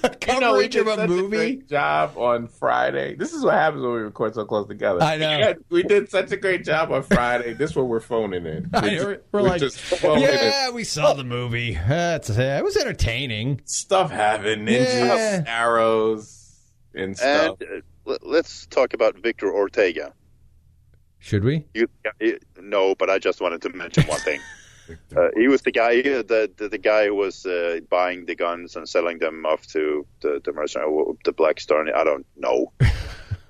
know, we
coverage
did
of a
such
movie.
great job on Friday. This is what happens when we record so close together.
I know.
We, had- we did such a great job on Friday. This one we're phoning in.
I
We're
know.
just-
We're
we're
like,
just phoning in.
yeah, we saw the movie. That's it. It was entertaining.
stuff happened.
Yeah.
Ninjas, arrows, and
And
stuff.
uh, let- let's talk about Victor Ortega.
Should we?
You, you- no, but I just wanted to mention one thing. Uh, he was the guy, the the, the guy who was uh, buying the guns and selling them off to the the mercenary, the Black Star. I don't know,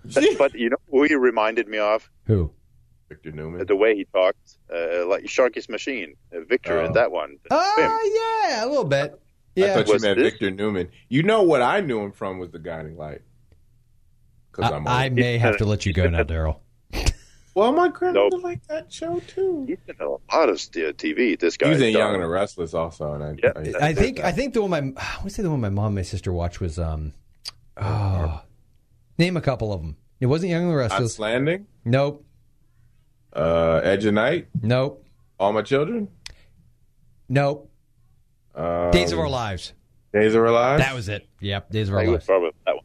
but, but you know who he reminded me of
Who?
Victor Newman.
the way he talked, uh, like Sharky's Machine, uh, Victor in
Oh.
that one. Bim.
Oh, yeah, a little bit.
I
Yeah.
thought you
Was
meant
this-
Victor Newman. You know what I knew him from was the Guiding Light. Because I'm
I, I
old.
may have to let you go now, Daryl.
well, my grandmother
Nope.
liked that show too.
He's in a lot of st- TV. This guy.
He was in
done.
Young and the Restless also, and I,
Yeah.
I,
I think I think the one my I want to say the one my mom and my sister watched was um oh name a couple of them. It wasn't Young and the
Hot
Restless.
Landing,
Nope.
uh, Edge of Night,
Nope.
All My Children,
Nope.
um,
Days of Our Lives.
Days of Our Lives.
That was it. Yep. Days of
I
Our
think it was
Lives.
probably that one.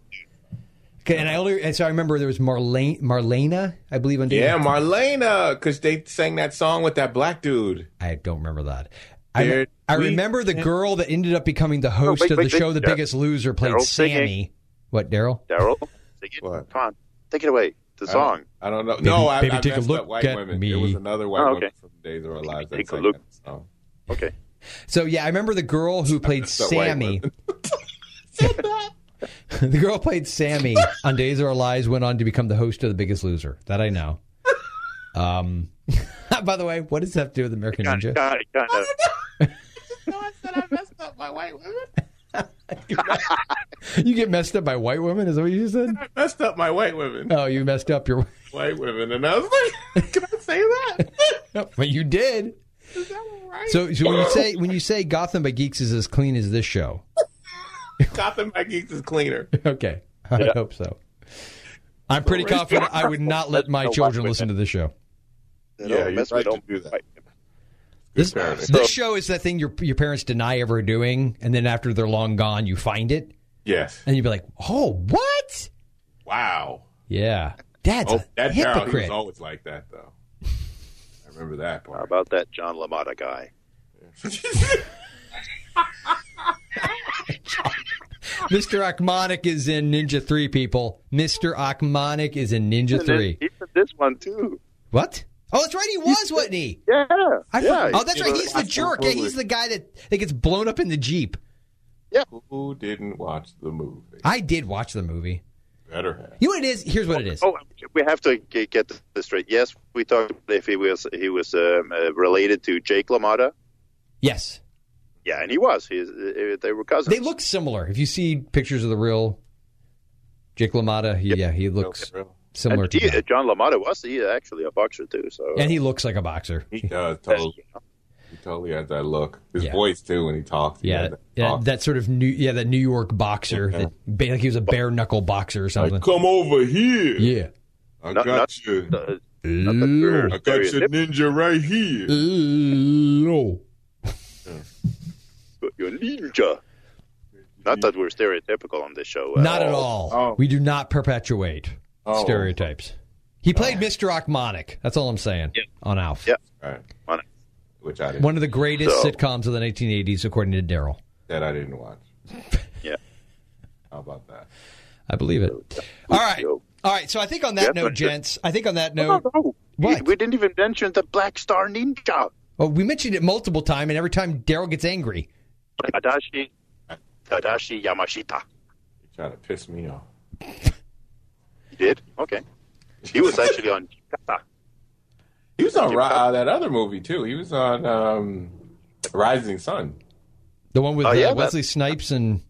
Okay, and I only and so I remember there was Marlene Marlena, I believe on Days.
yeah, Marlena, because they sang that song with that black dude.
I don't remember that. I,
Dude,
I
we-
remember the girl that ended up becoming the host
wait,
of the
wait, wait.
show The
Dar-
Biggest Loser played
Daryl
Sammy.
singing.
What, Daryl?
Daryl, take it.
What?
Come on, take it away. The
I
song.
don't- I don't know. no, I,
baby,
I
take a
messed
look
up white
at
women.
me.
It was another white
Oh,
woman
okay.
from Days of Our Lives. that
Take a
sang
look.
that song.
Okay.
So yeah, I remember the girl who played
That's a white
Sammy. the girl who played Sammy on Days of Our Lives went on to become the host of The Biggest Loser. That I know. Um, by the way, what does that have to do with American
Kind
Ninja?
of, kind of.
You get messed up by white women, is that what you said?
I messed up my white women.
Oh, you messed up your.
White women. And I was like, can I say that?
But you did.
Is that right?
So, so when you say when you say Gotham by Geeks is as clean as this show,
Gotham by Geeks is cleaner.
okay, I hope so. I'm pretty confident I would not let my children listen to this show.
They
Yeah,
don't
you're
mess
right
with
to
don't
do that.
fight.
This,
parody.
this show is that thing your your parents deny ever doing, and then after they're long gone, you find it,
Yes.
and you'd be like, "Oh, what?
Wow.
Yeah, that's
Oh,
a
that Daryl, he was
hypocrite."
always like that, though. I remember that
How
part.
about that John LaMotta guy?
Mr. Akmonic is in Ninja Three. People, Mr. Akmonic is in Ninja Three.
He's in this one too.
What? Oh, that's right, he was, wasn't he?
Yeah.
I
yeah.
forgot. oh, that's
he
right.
was
He's the
Austin
jerk. Yeah, he's
Fuller.
the guy that, that gets blown up in the jeep.
Who didn't watch the movie?
I did watch the movie.
Better have.
You know what it is? Here's what it is.
Oh, we have to g- get this straight. Yes, we talked if he was he was um, uh, related to Jake LaMotta.
Yes,
Yeah, and he was. He's, uh, they were cousins.
they look similar. If you see pictures of the real Jake LaMotta, he, yeah, he looks
And
similar to
he, uh,
that.
John LaMotta was he actually a boxer too. So
And he looks like a boxer.
He does. Totally. He totally has that look. His
Yeah.
voice, too, when he talks. he
Yeah,
had that
yeah,
talk.
that sort of new, yeah, that New York boxer, that, ba- like he was a bare knuckle boxer or something.
Like, come over here.
Yeah,
I
Not-
got
not-
you.
Uh, not that we're
I got your
stereotyp-
ninja right
Mm.
here.
no,
but you're a ninja. Not that we're stereotypical on this show.
not at all.
Oh.
We do not perpetuate
Oh.
stereotypes. He played Mr. Akmonic. That's all I'm saying. On Alf,
Yeah.
Right.
On it.
Which I didn't,
one of the greatest
So-
sitcoms of the 1980s, according to Daryl.
that I didn't watch.
Yeah.
How about that?
I believe it. All right.
Yo.
All right. So I think on that
Yeah,
note,
but-
gents, I think on that
No,
note,
no.
What?
We didn't even mention the Black Star Ninja.
well, we mentioned it multiple times, and every time Daryl gets angry.
Tadashi, Tadashi Yamashita.
You're trying to piss me off.
He did? Okay. He was actually on Kata.
He was on Ra- uh, that other movie too. He was on um, Rising Sun.
The one with
Oh,
uh,
yeah, that-
Wesley Snipes and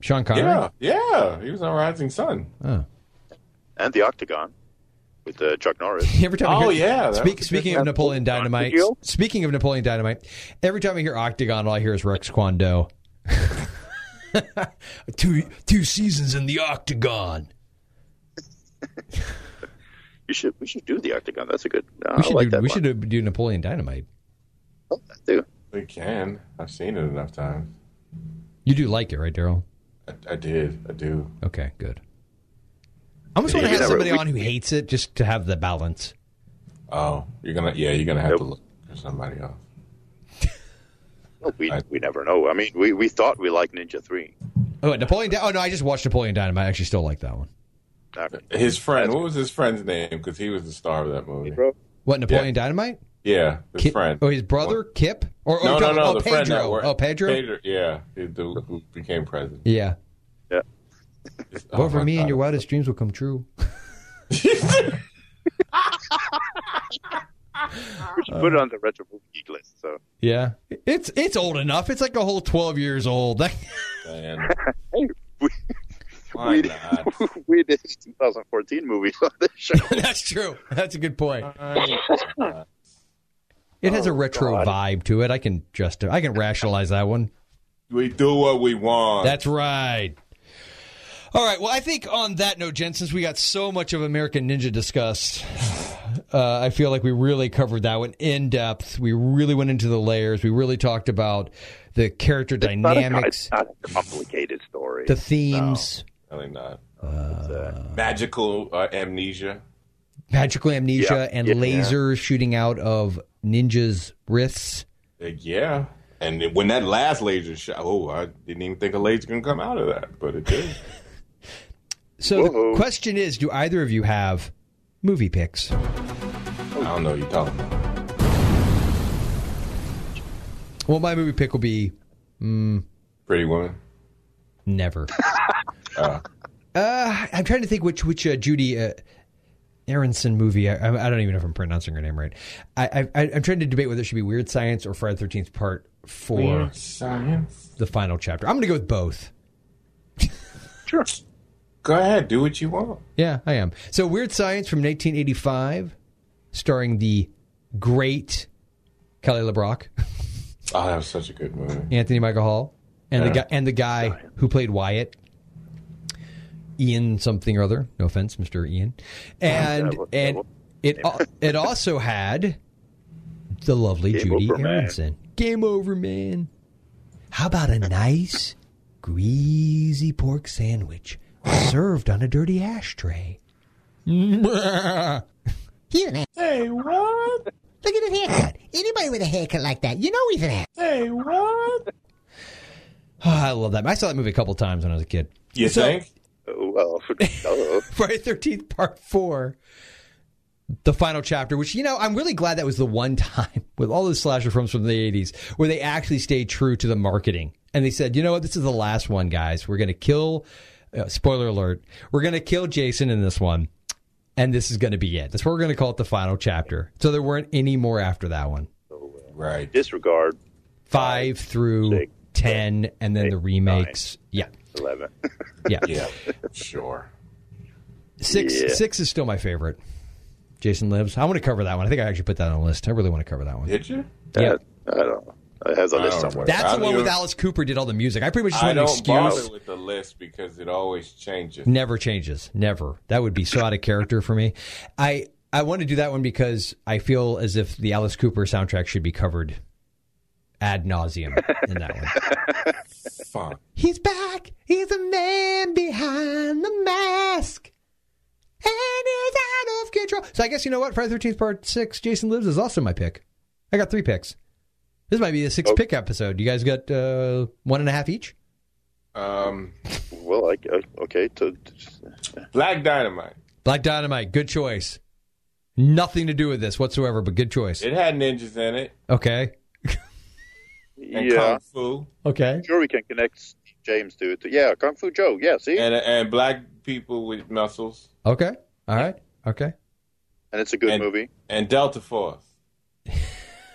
Sean Connery.
Yeah, yeah. He was on Rising Sun.
Oh.
and the Octagon with uh, Chuck Norris.
Every time
Oh,
I hear, speak, speaking of Napoleon Dynamite,
Deal.
speaking of Napoleon Dynamite, every time I hear Octagon, all I hear is Rex Kwando. two two seasons in the Octagon.
You should we should do the Octagon. That's a good. Uh,
we should
I like
do,
that
we
one.
should do- do Napoleon Dynamite.
We can. I've seen it enough times.
You do like it, right, Daryl?
I, I did. I do.
Okay, good. I almost
Yeah,
want to
you
have
never-
somebody
we-
on who hates it just to have the balance.
Oh, you're gonna. Yeah, you're gonna have to look for somebody else.
Well, we we never know. I mean, we, we thought we liked Ninja Three.
Oh, wait, Napoleon. Dy- oh no, I just watched Napoleon Dynamite. I actually still like that one.
His friend. What was his friend's name? Because he was the star of that movie.
What Napoleon Dynamite?
Yeah, his
Kip-
friend.
Oh, his brother Kip? Or oh,
no,
you're
no,
talking-
no.
oh,
the
Pedro.
friend that worked.
Oh, Pedro.
yeah, he- the, who became president.
Yeah.
Yeah.
Oh,
Well, for me and your wildest dreams will come true.
We should put it on the retro movie geek list. So
Yeah, it's it's old enough. It's like a whole twelve years old.
Man.
we did, we did a 2014 movie on this show.
That's true. That's a good point. It
Oh,
has a retro vibe to it. I can just I can rationalize that one.
We do what we want.
That's right. All right. Well, I think on that note, Jen, since we got so much of American Ninja discussed, uh, I feel like we really covered that one in depth. We really went into the layers. We really talked about the character
Not a-
dynamics,
It's not a complicated story.
the themes,
Really not. Magical uh, amnesia.
magical amnesia,
Yeah.
and
Yeah.
lasers shooting out of ninjas' wrists.
Uh, yeah. And then when that last laser shot, oh, I didn't even think a laser gonna come out of that, but it did.
So
Whoa.
the question is, do either of you have movie picks?
I don't know what you're talking about.
Well, my movie pick will be mm,
Pretty Woman.
Never.
Uh,
Uh, I'm trying to think which which uh, Judy uh, Aronson movie. I, I I don't even know if I'm pronouncing her name right. I, I I'm trying to debate whether it should be Weird Science or Friday Thirteenth Part Four.
Weird Science.
The final chapter. I'm going to go with both.
sure.
Go ahead, do what you want.
Yeah, I am. So Weird Science from 1985, starring the great Kelly LeBrock,
Oh, that was such a good movie.
Anthony Michael Hall, and the
Yeah.
guy and the guy who played Wyatt. Ian something or other. No offense, Mister Ian. And and it al- it also had the lovely
Game
Judy
over, man.
Aronson. Game over, man. How about a nice, greasy pork sandwich served on a dirty ashtray? Here,
Hey, what?
Look at his haircut. Anybody with a haircut like that, you know he's an ass.
Hey, what?
I love that. I saw that movie a couple times when I was a kid.
You
So-
think?
Oh, Well,
Friday Thirteenth Part Four, the final chapter. Which you know, I'm really glad that was the one time with all the slasher films from the '80s where they actually stayed true to the marketing and they said, you know what, this is the last one, guys. We're gonna kill. Uh, spoiler alert: We're gonna kill Jason in this one, and this is gonna be it. That's what we're gonna call it, the final chapter. So there weren't any more after that one.
Right.
Disregard
Five through ten, and then the remakes. Yeah,
eleven.
yeah,
Yeah, sure.
Six
Yeah.
six is still my favorite. Jason Lives. I want to cover that one. I think I actually put that on the list. I really want to cover that one.
Did you?
Yeah.
I don't know. It has a
I
list
don't
somewhere.
remember.
That's
I
the one with
don't-
Alice Cooper did all the music. I pretty much just
I
want an
don't
excuse.
bother with the list because it always changes.
Never changes. Never. That would be so out of character for me. I I want to do that one because I feel as if the Alice Cooper soundtrack should be covered ad nauseum in that one.
Fuck.
He's back. He's a man behind the mask. And he's out of control.
So I guess you know what? Friday Thirteenth Part Six, Jason Lives is also my pick. I got three picks. This might be the six pick episode. You guys got uh, one and a half each.
Um,
well, I, I- okay. To,
Black Dynamite.
Black Dynamite, good choice. Nothing to do with this whatsoever, but good choice.
It had ninjas in it
Okay.
and
yeah.
kung fu
Okay.
Sure, we can connect Steve James to it. Yeah, Kung Fu Joe. Yeah, see,
and and black people with muscles
Okay. All right. Okay.
and it's a good movie.
and Delta Force.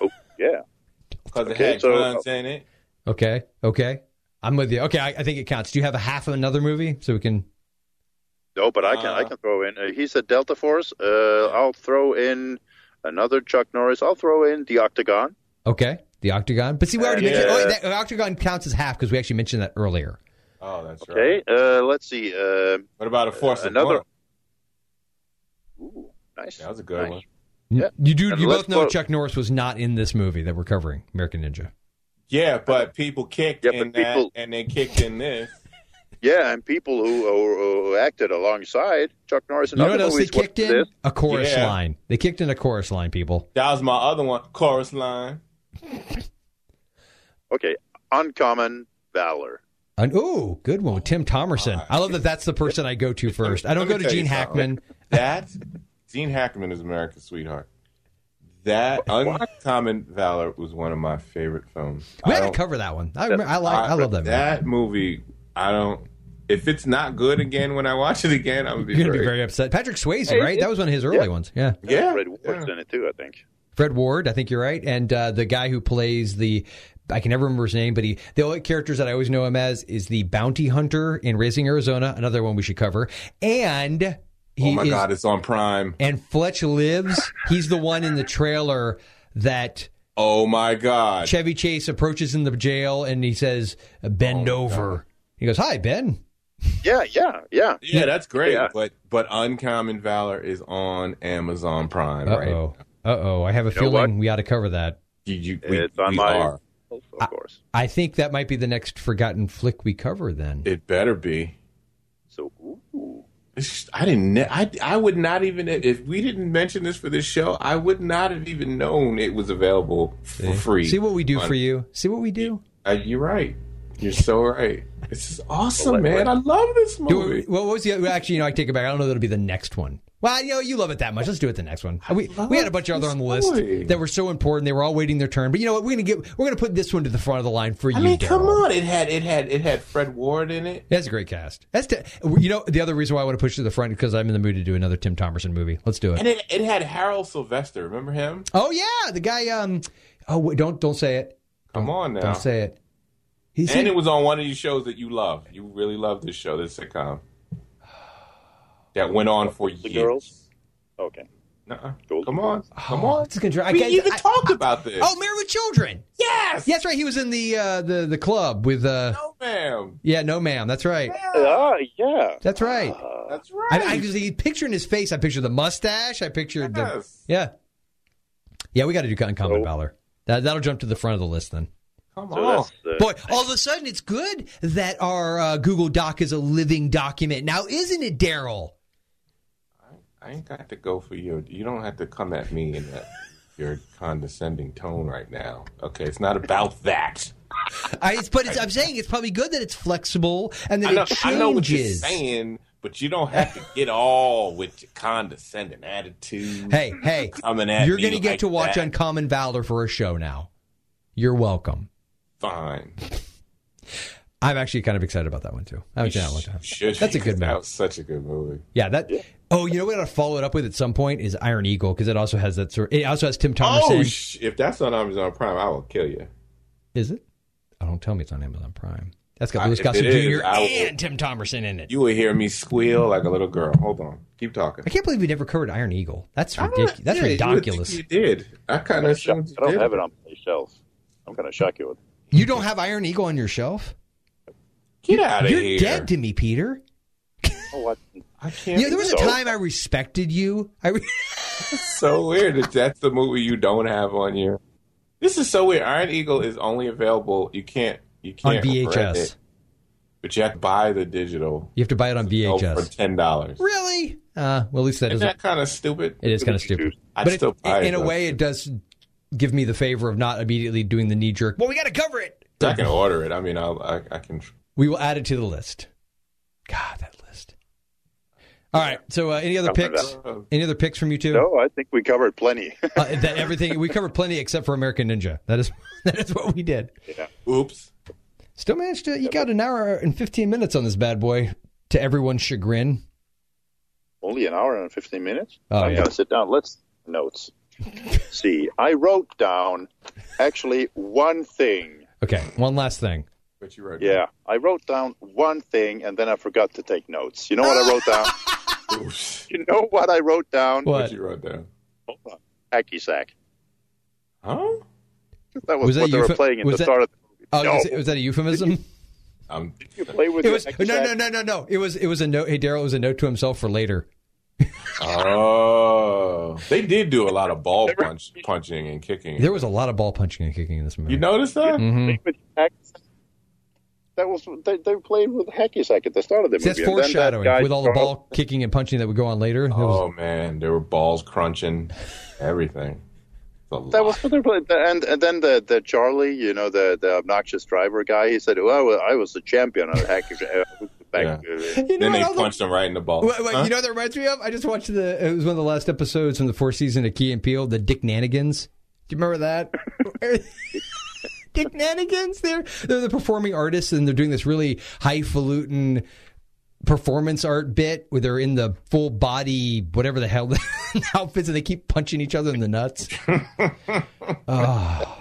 Oh, Yeah,
Because
Okay,
it had
so- uh,
guns in it.
Okay. Okay. I'm with you. Okay. I, I think it counts. Do you have a half of another movie so we can?
No, but I can I
Uh.
can throw in. Uh, he said Delta Force. Uh, I'll throw in another Chuck Norris. I'll throw in the Octagon.
Okay. The Octagon. But see, we already
Yeah.
mentioned. Oh, wait, that, the Octagon counts as half because we actually mentioned that earlier.
Oh, that's right.
Okay. Uh, let's see. Uh,
What about a force of another?
another- ooh, nice.
That was a good
Nice.
one.
Yeah.
You do.
And
You
let's
both know
vote.
Chuck Norris was not in this movie that we're covering, American Ninja.
Yeah, but people kicked
Yeah,
in
but
that,
people-
and they kicked in this.
Yeah, and people who, who, who acted alongside Chuck Norris and
You know
other
what else they
movies went
kicked
to
in?
this.
A chorus
Yeah.
line. They kicked in a chorus line, people.
That was my other one, chorus line.
Okay, uncommon valor.
And, ooh, good one. Tim Thomerson. I love that that's the person I go to first. I don't
Let me
go to
tell you
Gene Hackman.
That Gene Hackman is America's sweetheart. That Uncommon Valor was one of my favorite films.
We
I
had to
don't-
cover that one. I, remember, I, like, I love that, movie.
That movie, I don't. If it's not good again when I watch it again, I'm gonna be,
You're going to
very,
be very upset. Patrick Swayze, right? That was one of his early ones. Yeah.
yeah.
Fred Ward's in it too, I think.
Fred Ward, I think you're right, and uh, the guy who plays the I can never remember his name, but he the only characters that I always know him as is the bounty hunter in Raising Arizona, another one we should cover, and he
Oh my
is
god, it's on Prime.
and Fletch lives. He's the one in the trailer that
Oh my god,
Chevy Chase approaches in the jail and he says, "Bend
Oh
over." He goes, "Hi, Ben."
Yeah, yeah, yeah.
yeah, that's great.
Yeah.
But but Uncommon Valor is on Amazon Prime
Uh
right.
oh. Uh oh. I have a
know
feeling we ought to cover that.
You, you, we,
it's on
we
my,
are.
of course.
I think that might be the next forgotten flick we cover. Then
It better be.
So, ooh.
It's just- I didn't. kn- I I would not even if we didn't mention this for this show. I would not have even known it was available for free.
see what we do
on-
for you. See what we do.
Uh, you're right. You're so right. This is awesome,
Well, let-
man. I love this
Do
movie.
it, well, what was the well, actually? You know, I take it back. I don't know that it'll be the next one. Well, you know, you love it that much. Let's do it the next one. We we had a bunch of other on the list
story.
that were so important. They were all waiting their turn. But you know what? We're gonna get we're gonna put this one to the front of the line for
I
you.
mean, come
Daryl.
on. It had it had it had Fred Ward in it.
That's a great cast. That's t- you know the other reason why I want to push to the front because I'm in the mood to do another Tim Thomerson movie. Let's do it.
And it, it had Harold Sylvester. Remember him?
oh yeah, the guy. Um. Oh, wait, don't don't say it.
Come on now.
Don't say it. He's
Oh. and it was on one of these shows that you love. You really love this show, this sitcom. That went on for
the
years.
girls. Okay.
Nuh-uh.
Golden
Come on. Come on.
It's Oh, gonna drive.
we
I,
even
I-
talked about this.
oh, Married with Children.
yes.
Yes, right. He was in the uh, the the club with. Uh,
No, Oh, ma'am.
Yeah, no, ma'am. That's right.
Ah, yeah.
That's right.
That's right.
I, I just picture in his face. I picture the mustache. I picture the
Yes.
yeah, yeah. We got to do uncommon
So-
valor. That that'll jump to the front of the list then.
Come
So
on.
that's, uh,
Oh. Boy, all of a sudden it's good that our uh, Google Doc is a living document now, isn't it, Daryl?
I ain't got to go for your. You don't have to come at me in that your condescending tone right now. Okay, it's not about that.
I, it's, but it's, I'm saying it's probably good that it's flexible and that
I know,
it changes.
I know what you're saying, but you don't have to get all with your condescending attitude.
Hey, hey,
Coming at
you're
me
gonna get
like
to watch
that.
Uncommon Valor for a show now. You're welcome.
fine.
I'm actually kind of excited about that one too. I haven't seen that in a long time.
Should-
That's a good
That
match.
was such a good movie.
Yeah, that. Oh, you know what? I'll follow it up with at some point is Iron Eagle because it also has that sort. It also has Tim Thomerson.
Oh, sh- if that's on Amazon Prime, I will kill you.
is it? Oh, don't tell me it's on Amazon Prime. That's
I-
got Louis
Uh, if
Gossett
it is,
Jr.
I will-
and Tim Thomerson in it.
You will hear me squeal like a little girl. Hold on, keep talking.
I can't believe we never covered Iron Eagle. That's
I don't-
ridiculous. That's
yeah, you would think
ridiculous.
You
You,
did. I kind of
Shock-
assumed you
I don't
did.
have it on my shelf. I'm going to shock you with
don't have Iron Eagle on your shelf?
Get out of
You're
here.
dead to me, Peter.
oh, what?
I can't.
Yeah, there was a
so.
time I respected you. I re-
so weird that that's the movie you don't have on your. This is so weird. Iron Eagle is only available. You can't. You
on
can't rent
VHS.
it, but you have to buy the digital.
You have to buy it on
Oh, for
VHS.
ten dollars.
Really? Uh, well, at least that
Isn't
doesn't.
that kind of stupid?
It is kind of stupid.
I'd
but it-
still buy it,
in a
though.
way, it does give me the favor of not immediately doing the knee jerk. Well, we got to cover it.
I can order it. I mean, I'll, I I can.
We will add it to the list. God, that list. All right. So, uh, any other
Cover
picks? Any other picks from you two?
No, I think we covered plenty.
Uh, that everything we covered plenty except for American Ninja. That is that is what we did.
Oops.
Still managed to eke out an hour and fifteen minutes on this bad boy. To everyone's chagrin.
Only an hour and 15 minutes?
Oh,
I'm
yeah.
going to sit down. Let's notes. See, I wrote down actually one thing.
Okay, one last thing.
But you wrote
Yeah, I wrote down one thing and then I forgot to take notes. You know what I wrote down? you know what I wrote down?
What? What'd you
write down?
Hold on. Hacky sack.
Huh?
That
Was
was,
that
what they were
euphe-
playing at
was
the
that-
start of the movie.
Oh,
no,
was, was that a euphemism?
I'm
you play with
It
your
was
hacky
no, no,
sack?
no, no, no. It was it was a note. Hey, Daryl, it was a note to himself for later.
Oh, they did do a lot of ball punch, punching and kicking.
There was a lot of ball punching and kicking in this movie.
You notice that?
Mhm.
With your hacky sack. That was they, they played with hacky sack at the start of the
See, that's
movie. and then that guy
foreshadowing with all the
Charles-
ball kicking and punching that would go on later. There was-
Oh man, there were balls crunching, everything. It's a
That
lot.
was what they played. And, and then the, the Charlie, you know, the, the obnoxious driver guy, he said, well, I was, I was the champion of hacky sack. Back, uh,
You know
then
what
they
else-
punched him right in the ball.
Wait, wait,
Huh?
You know what that reminds me of? I just watched the. It was one of the last episodes from the fourth season of Key and Peele, the Dick Nanigans. Do you remember that? Dick Nanigans. They're they're the performing artists, and they're doing this really highfalutin performance art bit where they're in the full body whatever the hell the outfits, and they keep punching each other in the nuts. oh,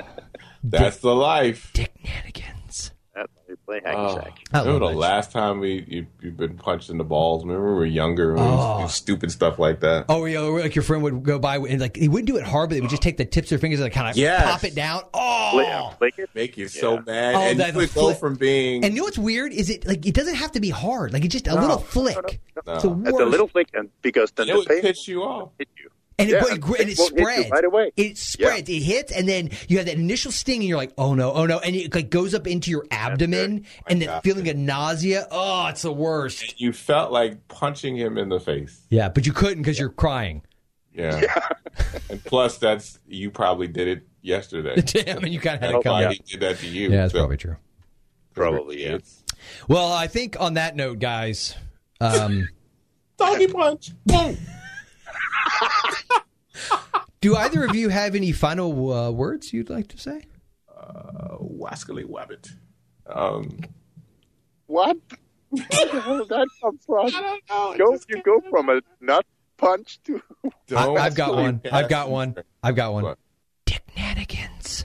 That's the life.
Dick Nanigans.
that- they play hacky
Oh,
sack.
I love
remember the
that
last time we you, you've been punched in the balls? Remember when we were younger? and we used to do stupid stuff like that.
Oh, yeah, like your friend would go by and like he wouldn't do it hard, but they would just take the tips of their fingers and like, kind of
Yes.
pop it down. Oh,
Play- uh, play it.
Make you so mad,
Oh,
and you
that
would go
flip-
from being
And you know what's weird is it like it doesn't have to be hard. Like it's just a little flick. It's the
At the
worst.
little flick, and because then
it
the
would
pain
piss you off.
hit you.
and,
yeah,
it, but it, gr- and it
it won't hit you
spreads
right away.
It spreads. It hits, and then you have that initial sting, and you're like, "Oh no, oh no!" And it like goes up into your abdomen, and that feeling of nausea. Oh, it's the worst.
You felt like punching him in the face.
Yeah, but you couldn't because you're crying.
Yeah. and plus, that's you probably did it yesterday.
Damn, and you kind of had
That's
it
why
coming.
he did that to you.
Yeah, that's
So,
probably true.
Probably, yeah.
it's-
Well, I think on that note, guys. Um,
Doggy punch. Boom.
Do either of you have any final uh, words you'd like to say?
Wascally Wabbit. Um,
What? Where the hell did that come from?
don't know. It
Go,
just
you
came
go
out.
from a nut punch to.
I,
don't
I've got
sleep
one. I've got one. I've got one.
What?
Dick Nanigans.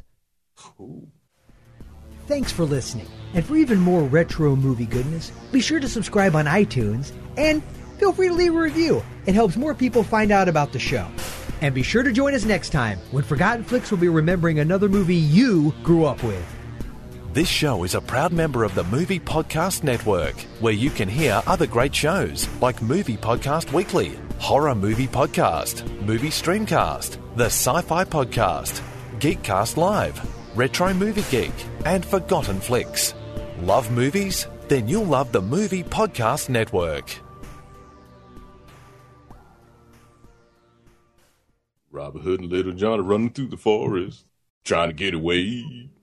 Thanks for listening. And for even more retro movie goodness, be sure to subscribe on iTunes and feel free to leave a review. It helps more people find out about the show. And be sure to join us next time when Forgotten Flicks will be remembering another movie you grew up with.
This show is a proud member of the Movie Podcast Network, where you can hear other great shows like Movie Podcast Weekly, Horror Movie Podcast, Movie Streamcast, The Sci Fi Podcast, Geekcast Live, Retro Movie Geek, and Forgotten Flicks. Love movies? Then you'll love the Movie Podcast Network.
Robin Hood and Little John are running through the forest, trying to get away.